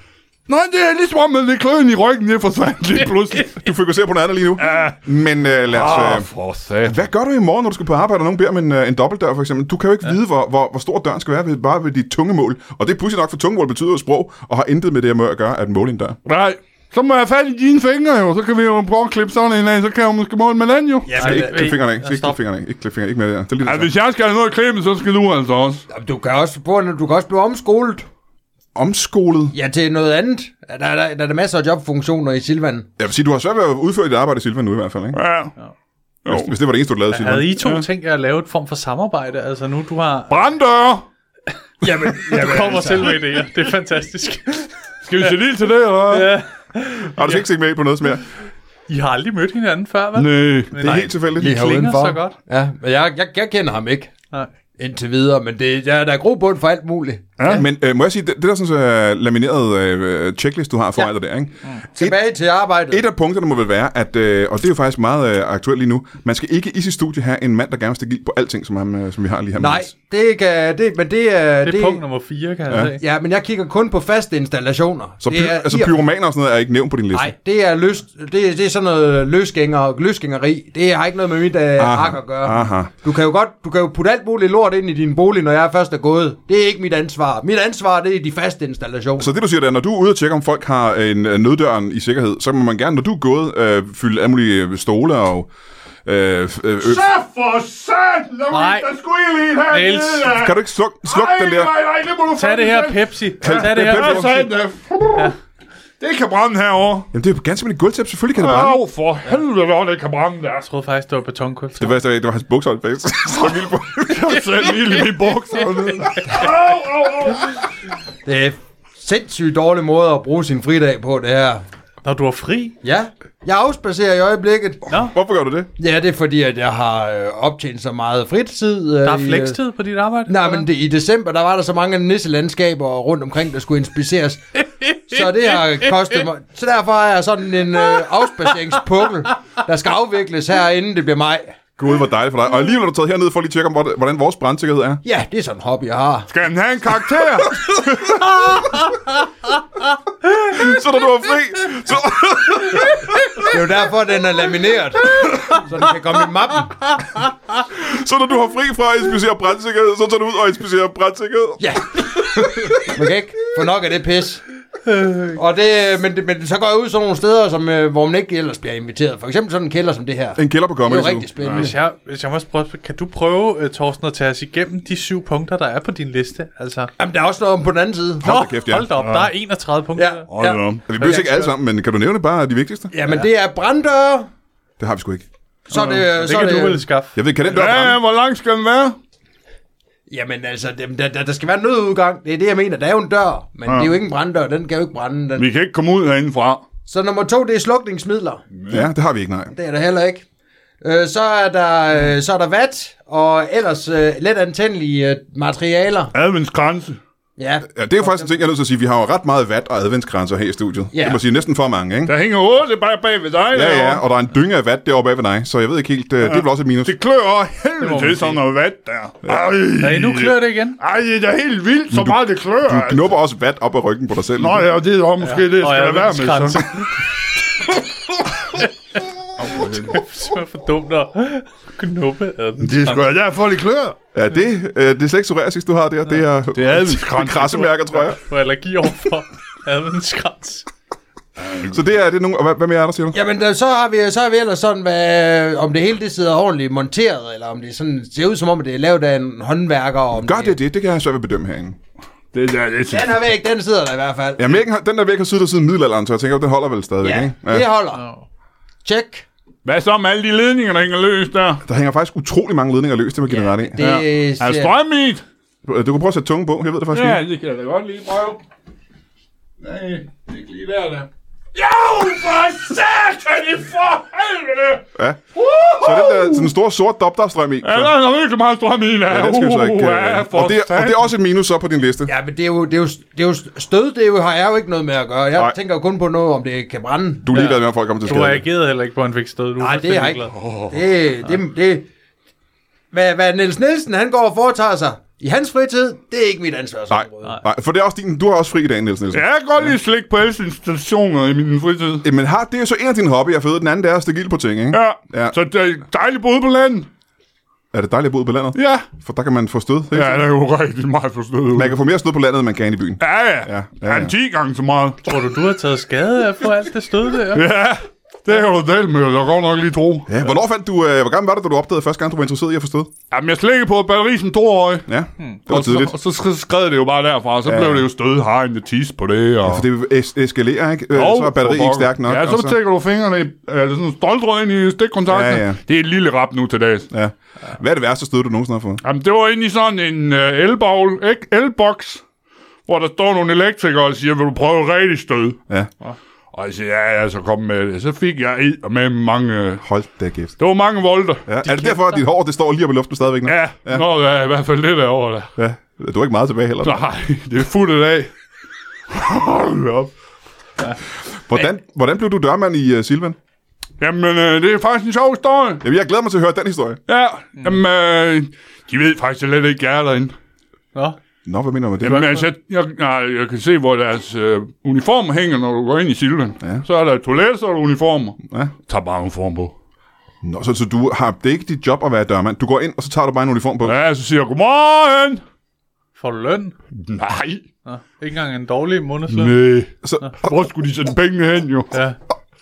Nej, det er ligesom om, at det kløen i ryggen, det forsvandt lige pludselig. du fokuserer på noget andet lige nu. Ja. Men øh, lad os... Ah, Øh, for satan. hvad gør du i morgen, når du skal på arbejde, og nogen beder om en, øh, en dobbeltdør, for eksempel? Du kan jo ikke ja. vide, hvor, hvor, hvor stor døren skal være, ved, bare ved dit tungemål. Og det er pudsigt nok, for tungemål betyder jo sprog, og har intet med det at mør- at gøre, at måle en dør. Nej, så må jeg have fat i dine fingre jo, så kan vi jo prøve at klippe sådan en af, så kan jeg måske måle med den jo. Ja. Ej, ikke klip fingrene af. Ikke klip stop. fingrene af. Ikke klip fingrene af. Ikke med det der. Det er lige Ja, det hvis jeg skal have noget at klippe, så skal du altså også. Jamen, Du kan også, få, du kan også blive omskolet. samme. Omskolet. Ja, til noget andet. Der, der, der er der masser af jobfunktioner i Silvan. Jeg vil sige, du har svært ved at udføre dit arbejde i Silvan nu i hvert fald, ikke? Ja. Jo. Hvis, hvis det var det eneste, du lavede, Silvan. Havde I to ja. tænkt jer at lave et form for samarbejde? Altså nu du har... altså. Branddøre! Jamen, Du kommer selv med idéer. Det er fantastisk. Skal vi se lige til det, eller hvad? ja. Har du ja. ikke set med på noget mere? I har aldrig mødt hinanden før, vel? Nej. Det er helt tilfældigt. Lige Ja. her. klinger herudenfor. så godt. Ja, men jeg, jeg, jeg kender ham ikke Nej. indtil videre, men det, der, der er grobund for alt muligt. Men øh, må jeg sige, det, det der sådan, uh, laminerede uh, checklist, du har foran ja. dig der, ikke? Tilbage til arbejdet. Et af punkterne må vel være, at, øh, og det er jo faktisk meget øh, aktuelt lige nu, man skal ikke i sit studie have en mand, der gerne vil stikke ild på alting, som, ham, øh, som vi har lige her med Nej, os. det kan... Det, men det er... Det er punkt nummer 4, kan jeg sige. Ja, men jeg kigger kun på faste installationer. Så py, det er, altså, i- pyromaner og sådan noget er ikke nævnt på din liste. Nej, det er, løs, det, er- det er sådan noget løsgænger, løsgængeri. Det har ikke noget med mit uh, ark at gøre. aha. Du kan jo godt du kan jo putte alt muligt lort ind i din bolig, når jeg først er gået. Det er ikke mit ansvar. Mit ansvar, det er de faste installationer. Så det du siger, det er, når du er ude og tjekke, om folk har en øh, nøddøren i sikkerhed, så må man gerne, når du er gået, øh, fylde alle mulige øh, stole og... Øh, øh, øh, Så for satan! Der var Nej. der skulle jeg lige have Niels, kan du ikke slukke sluk den der? Nej, nej, det må du Tag det her fandme selv. Pepsi. Tag det her Pepsi. Ja, satan, Pepsi. ja. Det kan brænde herovre. Jamen, det er jo ganske almindeligt gulvtæp, selvfølgelig kan det brænde. Au, for helvede, hvor det kan brænde der. Jeg troede faktisk, det var betonkul. Det værste er, at det var hans bukserholdbase. så vildt på. Jeg selv lige i bukserne. Au, au, au. Det er sindssygt dårlig måde at bruge sin fridag på, det her. Når du er fri. Ja, jeg afspacerer i øjeblikket. Hvorfor gør du det? Ja, det er fordi, at jeg har øh, optjent så meget fritid. Øh, Der er i, øh, flekstid på dit arbejde. Nej, men det, i december, der var der så mange nisselandskaber rundt omkring, der skulle inspiceres. så det har kostet mig. Så derfor har jeg sådan en øh, afspaceringspukkel, der skal afvikles her, inden det bliver maj. Gud, hvor dejligt for dig. Og alligevel er du taget herned for at lige tjekke, om, hvor- hvordan vores brandsikkerhed er. Ja, det er sådan en hobby, jeg har. Skal den have en karakter? Så når du er fri, så... Det er jo derfor, den er lamineret, så den kan komme i mappen. Så når du har fri fra at inspicere brandsikkerhed, så tager du ud og inspicerer brandsikkerhed. Ja. Man kan ikke få nok af det pis. Og det, men, det- men så går jeg ud sådan nogle steder, som, øh, hvor man ikke ellers bliver inviteret. For eksempel sådan en kælder som det her. Det En kælder på er Comedy jo Zoo. rigtig spændende. Hvis jeg, hvis jeg må spørge, kan du prøve, uh, Torsten, at tage os igennem de syv punkter, der er på din liste? Altså, Jamen, der er også noget om på den anden side. Hold da kæft, ja. hold da op, der er 31 punkter. Ja. Ja. Hold da op. Vi behøver ikke alle sammen, men kan du nævne bare de vigtigste? Jamen, det er branddøre. Det har vi sgu ikke. Så er det, Det så er kan du vel det, skaffe. Jeg ved, kan den dør Ja, ja, brænde? hvor lang skal den være? jamen altså, dem- der, der, der skal være en nødudgang. Det er det, jeg mener. Der er jo en dør, men ja. det er jo ikke en branddør. Den kan jo ikke brænde. Den. Vi kan ikke komme ud herindefra. Så nummer to, det er slukningsmidler. Ja, det har vi ikke, nej. Det er der heller ikke. Øh, så, er der, øh, så er der vat, og ellers øh, let antændelige øh, materialer. Adventskranse. Ja, Ja, det er jo faktisk en ting, jeg er nødt til at sige. Vi har jo ret meget vat og adventskranser her i studiet. Ja. Det må sige næsten for mange, ikke? Der hænger otte bare bag ved dig. Ja, ja, derovre. og der er en dynge af vat deroppe bag ved dig, så jeg ved ikke helt, øh, det er vel også et minus. Det klør over Det må helvede man til sige. sådan noget vat der. Ej, Nej, nu klør det igen. Ej, det er helt vildt, så meget det klør. Du altså. knupper også vat op af ryggen på dig selv. Nå ja, det er jo måske det, jeg skal lade være med så. Det er for dumt at knuppe af den. Det er sgu da derfor, det klør. Ja, det, øh, det er seksuræsis, du har der. Det er, Det er adventskranse. krassemærker, tror jeg. Du har allergi overfor adventskrans. Så det er, det er nogle... og Hvad, hvad mere er der, siger du? Jamen, der, så har vi, så har vi ellers sådan, hvad, øh, om det hele det sidder ordentligt monteret, eller om det sådan, ser ud som om, det er lavet af en håndværker. og Om Gør det det? Det kan jeg svært ved at bedømme herinde. Det der, det er Den her væg, den sidder der i hvert fald. Ja, mæggen, har- den der væg har siddet der siden middelalderen, så jeg tænker, den holder vel stadigvæk, ikke? det Ja. holder. Tjek. Hvad så med alle de ledninger, der hænger løs der? Der hænger faktisk utrolig mange ledninger løs, det må jeg give dig ret i. Det ja. Er der strøm i? det? Du kan prøve at sætte tungen på, jeg ved det faktisk Ja, ikke. det kan jeg da godt lige prøve. Nej, det er ikke lige der, da. Jo, for satan i for helvede! Ja. Så den der sådan store sort dopdagstrøm i. Ja, Så, der er virkelig meget strøm i, ja, den skal vi så ikke... Uh, ja, Øh, for og, det er, og det er satan. også et minus så på din liste. Ja, men det er jo, det er jo, det er jo stød, det er jo, har jeg jo ikke noget med at gøre. Jeg Nej. Nej. tænker jo kun på noget, om det kan brænde. Du er ligeglad med, om folk kommer til Du skade. reagerede heller ikke på, at han fik stød. Du Nej, det er jeg ikke. fuldstændig glad. Det, det, det, hvad, hvad Niels Nielsen, han går og foretager sig i hans fritid, det er ikke mit Nej, ansvarsområde. nej, for det er også din, du har også fri i dag, Niels Nielsen. Ja, jeg kan godt lide slik på elsinstationer i min fritid. Ja. Men har, det er så en af dine hobbyer, for den anden det er at stikke ild på ting, ikke? Ja, Ja. ja. så det er dejligt både på landet. Er det dejligt at bo ude på landet? Ja. For der kan man få stød. Ja, Ja. det er jo rigtig meget forstået. Man kan få mere stød på landet, end man kan inde i byen. Ja, Ja, ja. ja, ja, ja, ja. ja. 10 gange så meget. Tror du, du har taget skade af for alt det stød der? Ja, det er jo del med, jeg godt nok lige tro. Ja, hvornår fandt du, øh, hvor gammel var det, da du opdagede første gang, du var interesseret i at få stød? Jamen, jeg slikkede på batterisen to år. Ja, det var Og så, tidligt. og så sk- skred det jo bare derfra, så Ja. ja. blev det jo stød hegn, det tis på det. Og... For det es- eskalerer, ikke? Øh, Jo, så er batteriet for ikke pokker. stærkt nok. Ja, så og stikker du fingrene i altså sådan en stoltrød ind i stikkontakten. Ja, ja. Det er et lille rap nu til dags. ja. Hvad er det værste stød, du nogensinde har fået? Jamen, det var inde i sådan en uh, elbowl, ikke? elboks, hvor der står nogle elektrikere og siger, vil du prøve rigtig stød? Ja, Og jeg siger, ja, ja, så kom med det. Så fik jeg i og med mange... øh, hold da kæft. Det var mange volter. Ja, er det derfor, at dit hår det står lige oppe i luften stadigvæk nu? Ja, ja. Nå, ja, i hvert fald lidt over der. ja. Du har ikke meget tilbage heller. Nej, det er fuldt af. Hold op. Hvordan, hvordan blev du dørmand i uh, Silvan? Jamen, øh, det er faktisk en sjov historie. Jamen, jeg glæder mig til at høre den historie. Ja, mm. jamen, øh, de ved faktisk slet ikke, jeg er derinde. Nå. Nå, hvad mener du med det? Jamen, altså, jeg, jeg, nej, jeg kan se, hvor deres øh, uniformer hænger, når du går ind i Silvan. Ja. Ja. Så er der toilet, så er der uniformer. Ja. Tag bare uniform på. Nå, så, så du har, det er ikke dit job at være dørmand. Du går ind, og så tager du bare en uniform på. Ja, så siger jeg, godmorgen! Får du løn? Nej, Nå. Ikke engang en dårlig månedsløn? nej. Så, Hvor skulle de sende pengene hen, jo? Ja.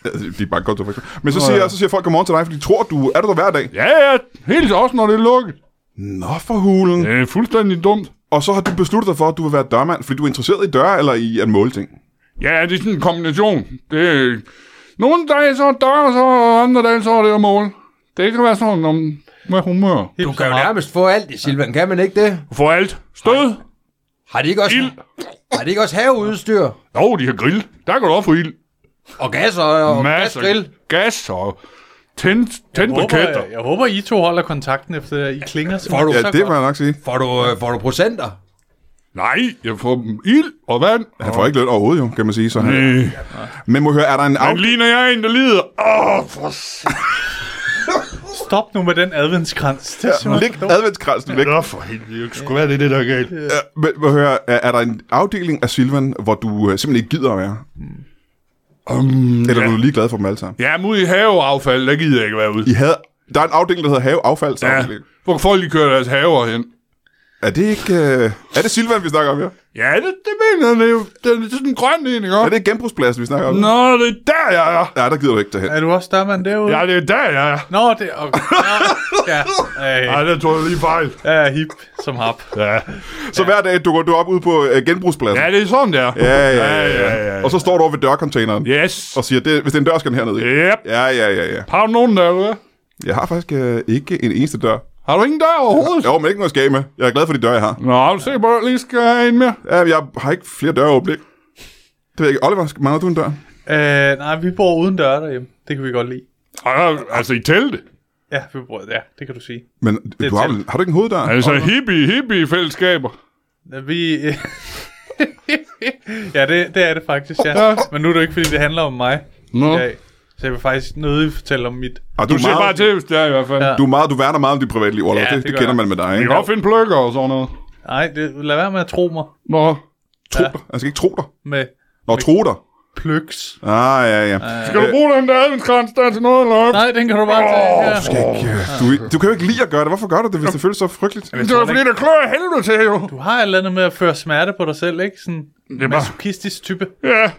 Ja, det er bare godt, du har faktisk- Men så siger, så siger folk godmorgen til dig, fordi de tror, du er der hver dag. Ja, ja, helt også, når det er lukket. Nå, for hulen. Det er fuldstændig dumt. Og så har du besluttet dig for, at du vil være dørmand, fordi du er interesseret i døre eller i at måle ting. Ja, det er sådan en kombination. Det er, nogle dage så er dør, og så og andre dage så er det at måle. Det kan være sådan, om med humør. Du kan jo nærmest få alt i Silvan, kan man ikke det? For alt. Stød. Har de ikke også, Ild. har de ikke også haveudstyr? Jo, de har grill. Der kan du også få ild. Og gas og, og Masser gasgrill? af gas og tænd, Håber, tændbriketter. jeg, jeg håber, I to holder kontakten efter det. I klinger så, Får du- Ja, så det må godt. jeg nok sige. Får du, øh, får du procenter? Nej, jeg får dem ild og vand. Han får ikke løn overhovedet, jo, kan man sige. Så han... Øh, Men må jeg høre, er der en han af... ligner jeg en, der lider. Åh, for satan. Stop nu med den adventskrans. Det er simpelthen Læg så dumt. adventskransen væk. Nå, for helvede. Det skulle være det, er det der er galt. Ja, men må jeg høre, er, er der en afdeling af Silvan, hvor du øh, simpelthen ikke gider at være? Um, Eller ja. er du lige glad for dem alle sammen? Jamen, ude i haveaffald, der gider jeg ikke være ude. I havde... Der er en afdeling, der hedder Ja. haveaffaldsafdeling. Ja. Hvor folk lige kører deres haver hen. Er det ikke... Øh... Er det Silvan, vi snakker om her? Ja, det, det mener jeg. Det er jo det, er sådan en grøn en, ikke? Er det ikke genbrugspladsen, vi snakker om? Nå, det er der, jeg er. Nej, der gider du ikke derhen. Er du også dørmand derude? Ja, det er der, jeg er. Nå, det er... Okay. Ja, ja. Ej, Øh, det tror jeg lige fejl. jeg er hip som hap. Ja. Så hver dag dukker du op ude på øh, genbrugspladsen. ja, det er sådan, der. Ja ja ja, ja, ja, ja, ja. Og så står du over ved dørcontaineren Yes. og siger, det, hvis det er en dør, skal den hernede. i." Yep. Ja, ja, ja, ja. Har du nogen der, eller hvad? Jeg har faktisk øh, ikke en eneste dør. Har du ingen dør overhovedet? Jo, men ikke noget skab med. Jeg er glad for de døre, jeg har. Nå, er du sikker på, at jeg lige skal have en mere? Ja, men jeg har ikke flere døre åbne. Det ved jeg ikke. Oliver, sk- mangler du en dør? Øh, nej, vi bor uden døre derhjemme. Det kan vi godt lide. Ej, altså i teltet. Ja, vi bor... Ja, det kan du sige. Men du har, tæt. vel- har du ikke en hoveddør? Altså hippie, hippie fællesskaber. Vi... ja, det, det er det faktisk, ja. Men nu er det jo ikke, fordi det handler om mig Nå. i dag. Så jeg vil faktisk nødig fortælle om mit... Og Du Ah, er ser meget, bare til, hvis det er i hvert fald. Ja. Du, er meget, du værner meget om dit privatliv, Oliver. Ja, det, det det, gør kender man jeg. med dig, Jeg ikke? kan også finde pløkker og sådan noget. Nej, det, lad være med at tro mig Nå. Tro, jeg skal ikke tro dig. med Nå, tro dig. pløks. Ah, ja, ja. Skal du bruge den der adventskrans der til noget, eller hvad? Nej, den kan du bare tage her. Skal ikke, øh, du, du kan jo ikke lide at gøre det. Hvorfor gør du det, hvis det føles så frygteligt? Det var fordi, der klør af helvede til, jo. Du har et eller andet med at føre smerte på dig selv, ikke? Sådan Det er bare... masochistisk type. Ja.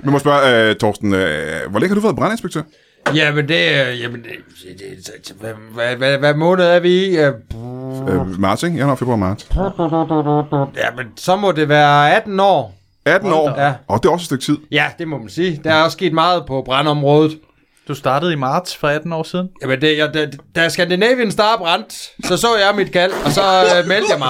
Men må jeg spørge, øh, Torsten, øh, hvor længe har du været brandinspektør? Jamen det, øh, jamen det, det, det, det hvad, hvad, hvad, hvad måned er vi i? Øh, Øh, marts, ikke? Januar, februar, marts. Jamen så må det være 18 år. 18 år. da op. Og det er også et stykke tid. Ja, det må man sige. Der er også sket meget på brandområdet. Du startede i marts for 18 år siden. Jamen, det, jeg, da, da Scandinavian Star brændte, så så jeg mit kald, og så øh, meldte jeg mig.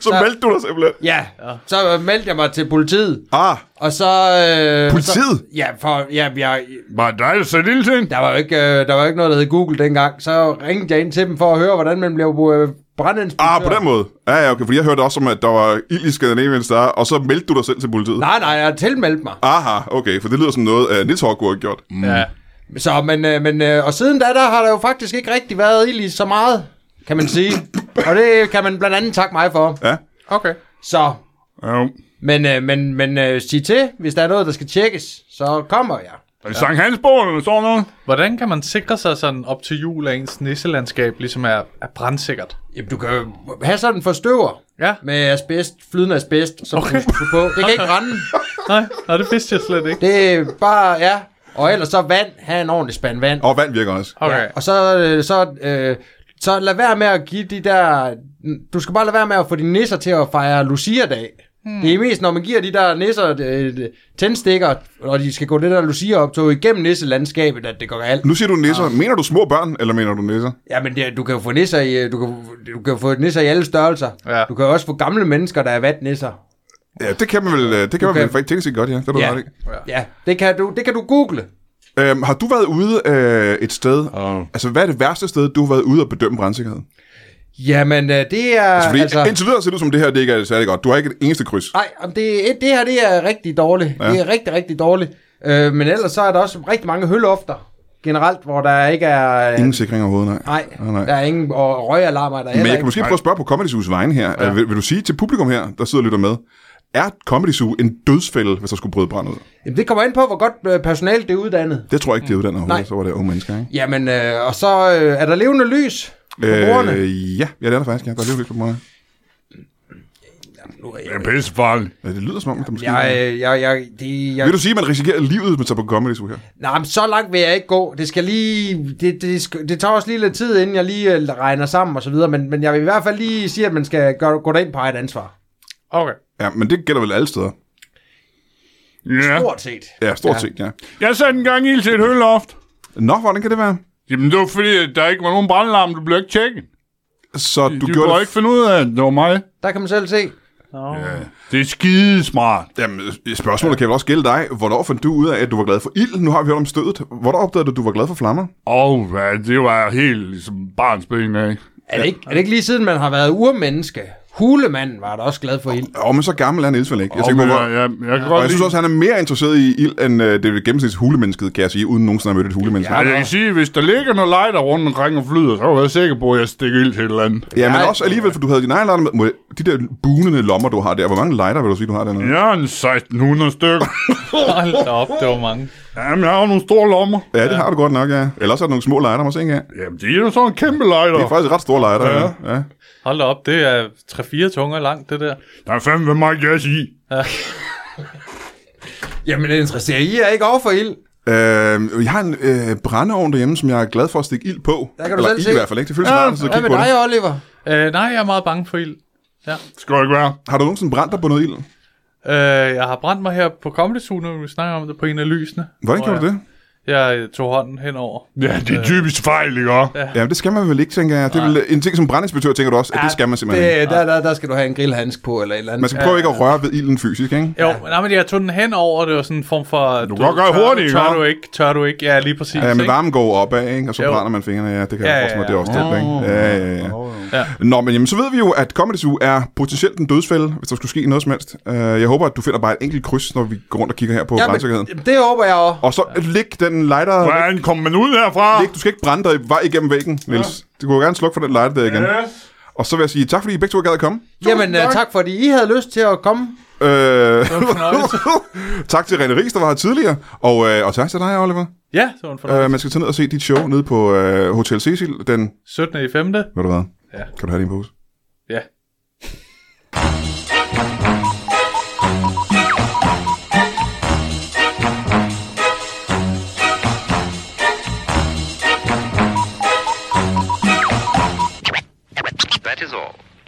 Så meldte du dig simpelthen. Ja, så øh, meldte jeg mig til politiet. Ah, Og så... Øh, Politiet? Så, ja, for ja, jeg, Var det dig, der sagde lille ting? der, var jo ikke, øh, der var jo ikke noget, der hed Google dengang. Så ringede jeg ind til dem for at høre, hvordan man blev øh, brandinspektør. ah på den måde. Ja, ja, okay, fordi jeg hørte også om, at der var ild i Skandinavien, der, og så meldte du dig selv til politiet. Nej, nej, jeg tilmeldte mig. Aha, okay, for det lyder som noget, uh, Nils Hårgaard har gjort. Mm. Ja. Så, men, øh, men, øh, og siden da, der har der jo faktisk ikke rigtig været ild i så meget, kan man sige. og det kan man blandt andet takke mig for. Ja, Okay. Så, Ja, men, øh, men, men øh, sig til, hvis der er noget, der skal tjekkes, så kommer jeg. er det Sankt Hans bål eller sådan noget? Hvordan kan man sikre sig sådan op til jul, at ens nisselandskab ligesom er, er brandsikkert? Jamen, du kan jo have sådan en forstøver Ja. med asbest, flydende asbest, som okay. Okay. du putter på. Det kan ikke brænde. Nej, nej det vidste jeg slet ikke. Det er bare, ja. Og ellers så vand. Ha' en ordentlig spand vand. og vand virker også. Okay. Og så, øh, så, øh, så lad være med at give de der... Du skal bare lade være med at få dine nisser til at fejre Lucia-dag. Hmm. Det er mest, når man giver de der nisser øh, tændstikker, og de skal gå det der Lucia-optog igennem nisselandskabet, at det går alt. Nu siger du nisser. Mener du små børn, eller mener du nisser? Ja, men det, du kan jo få nisser i, øh, du kan, du kan jo få nisser i alle størrelser. Ja. Du kan jo også få gamle mennesker, der er vatnisser. Ja, det kan man vel, øh, det kan man kan- vel faktisk teknisk set godt, ja. Det er du Ja. ret i. Ja, det kan du, det kan du google. Øhm, har du været ude øh, et sted? Oh. Altså, hvad er det værste sted, du har været ude og bedømme brandsikkerhed? Jamen, øh, det er... Fordi altså... indtil videre ser det ud som det her, det ikke er særlig godt. Du har ikke et eneste kryds. Nej, om det, er- det her det er rigtig dårligt. Ja. Det er rigtig, rigtig dårligt. Øh, men ellers så er der også rigtig mange høllofter generelt, hvor der ikke er... Ingen sikring overhovedet, nej. Nej, nej, nej. der er ingen og røgalarmer der er Men heller jeg kan ikke. måske prøve at spørge på Comedy Zoo's vejen her. Ja. Vil, vil, du sige til publikum her, der sidder og lytter med, er Comedy Zoo en dødsfælde, hvis der skulle bryde brand ud? Jamen, det kommer ind på, hvor godt øh, personalet det er uddannet. Det tror jeg ikke, det er uddannet overhovedet. Mm. Nej. Så var det unge mennesker, ikke? Jamen, øh, og så øh, er der levende lys på øh... bordene. ja, ja, det er der faktisk. Jeg har lidt på mig. Det er pissefarligt. Ja, det lyder som om, at der måske... Jeg, øh, jeg, jeg, det, jeg, Vil du sige, at man risikerer livet, hvis man tager på Comedy Zoo her? Nej, men så langt vil jeg ikke gå. Det skal lige... Det, det, sk- det tager også lige lidt tid, inden jeg lige øh, regner sammen og så videre, men, men jeg vil i hvert fald lige sige, at man skal gøre, gå derind på eget ansvar. Okay. Ja, men det gælder vel alle steder. Ja. Stort set. Ja, stort ja. set, ja. Jeg satte en gang ild til et hølloft. Nå, hvordan kan det være? Jamen, det var fordi, at der ikke var nogen brandalarm, du blev ikke tjekket. Så du, Du, du gjorde kunne det... ikke finde ud af, at det var mig. Der kan man selv se. No. Det er skide smart. Jamen, spørgsmålet kan vel også gælde dig. Hvornår fandt du ud af, at du var glad for ild? Nu har vi hørt om stødet. Hvornår opdagede du, at du var glad for flammer? Og hvad, det var helt ligesom barnsben af. Er det, ikke, er det ikke lige siden, man har været urmenneske? Hulemanden var da også glad for ild. Åh, men så gammel er Niels vel ikke? Jeg, Jeg, tænker, tænker, på, jeg, hvor... jeg, jeg kan Og godt jeg synes lide- også, han er mere interesseret i ild, end øh, det gennemsnits hulemennesket, kan jeg sige, uden nogensinde at have mødt et hulemenneske. Ja, jeg kan sige, hvis der ligger noget lighter rundt omkring og flyder, så er jeg sikker på, at jeg stikker ild til et eller andet. Ja, men Nej. også alligevel, for du havde din egen lighter med. Må jeg- De der bunende lommer, du har der. Hvor mange lighter vil du sige, du har dernede? Jeg er en 1600 stykker. Hold da op, det var mange. Jamen, jeg har jo nogle store lommer. Ja, det har du godt nok, ja. Ellers er der nogle små lighter, måske ikke? Ja. Jamen, det er jo sådan en kæmpe Det er lighter. faktisk ret store lighter, ja. ja. Hold da op, det er 3-4 tunger langt, det der. Der er fandme meget gas i. Jamen, det interesserer I er ikke over for ild. Øh, jeg har en øh, brændeovn derhjemme, som jeg er glad for at stikke ild på. Der kan du Eller selv ild se. i hvert fald, ikke? Det føles Ja, ja, rart at sidde og Hvad kigge med på dig, det. Oliver? Øh, nej, jeg er meget bange for ild. Skal det ikke være? Har du nogensinde brændt dig på noget ild? Øh, jeg har brændt mig her på Comedy Zoo, når vi snakker om det på en af lysene. Hvordan Hvor gjorde du det? Jeg øh, tog hånden henover. Ja, det er typisk fejl, ikke også? Jamen, det skal man vel ikke, tænker jeg. Det er vel en ting som brandinspektør, tænker du også, at det skal man simpelthen ikke. Det, der, der, der skal du have en grillhandsk på, eller et eller andet. Man skal prøve ikke at røre ved ilden fysisk, ikke? Jo, ja. nej, men jeg tog den henover, og det var sådan en form for... Du, kan godt gøre det tør- hurtigt, Tør ikke? du ikke, tør du ikke. Ja, lige præcis. Ja, men ikke? varmen går opad, ikke? Og så Jo. brænder man fingrene. Ja, det kan Ja, jeg forstå ja, mig, det er ja. også det, ikke? Ja, ja, ja. Ja. Nå, men jamen, så ved vi jo, at Comedy Zoo er potentielt en dødsfælde, hvis der skulle ske noget som helst. Øh, Jeg håber, at du finder bare et enkelt kryds, når vi går rundt og kigger her på Ja, brandsikkerheden. men, det håber jeg også. Og så læg den lighter... Hvordan kommer man ud herfra? Læg, du skal ikke brænde dig vej igennem væggen, Niels. Du kunne jo gerne slukke for den lighter der igen. Yes. Og så vil jeg sige tak, fordi I begge to gad at komme. Jamen, tak. tak fordi I havde lyst til at komme. Øh, fornøjelse. tak til René Ries, der var her tidligere. Og, øh, og tak til dig, Oliver. ja, det var en Øhm. fornøjelse. Øh, man skal tage ned og se dit show nede på øh, Hotel Cecil. Den, 17. i 5. ved du hvad? Ja. Kan du have din pose? Ja. That is all.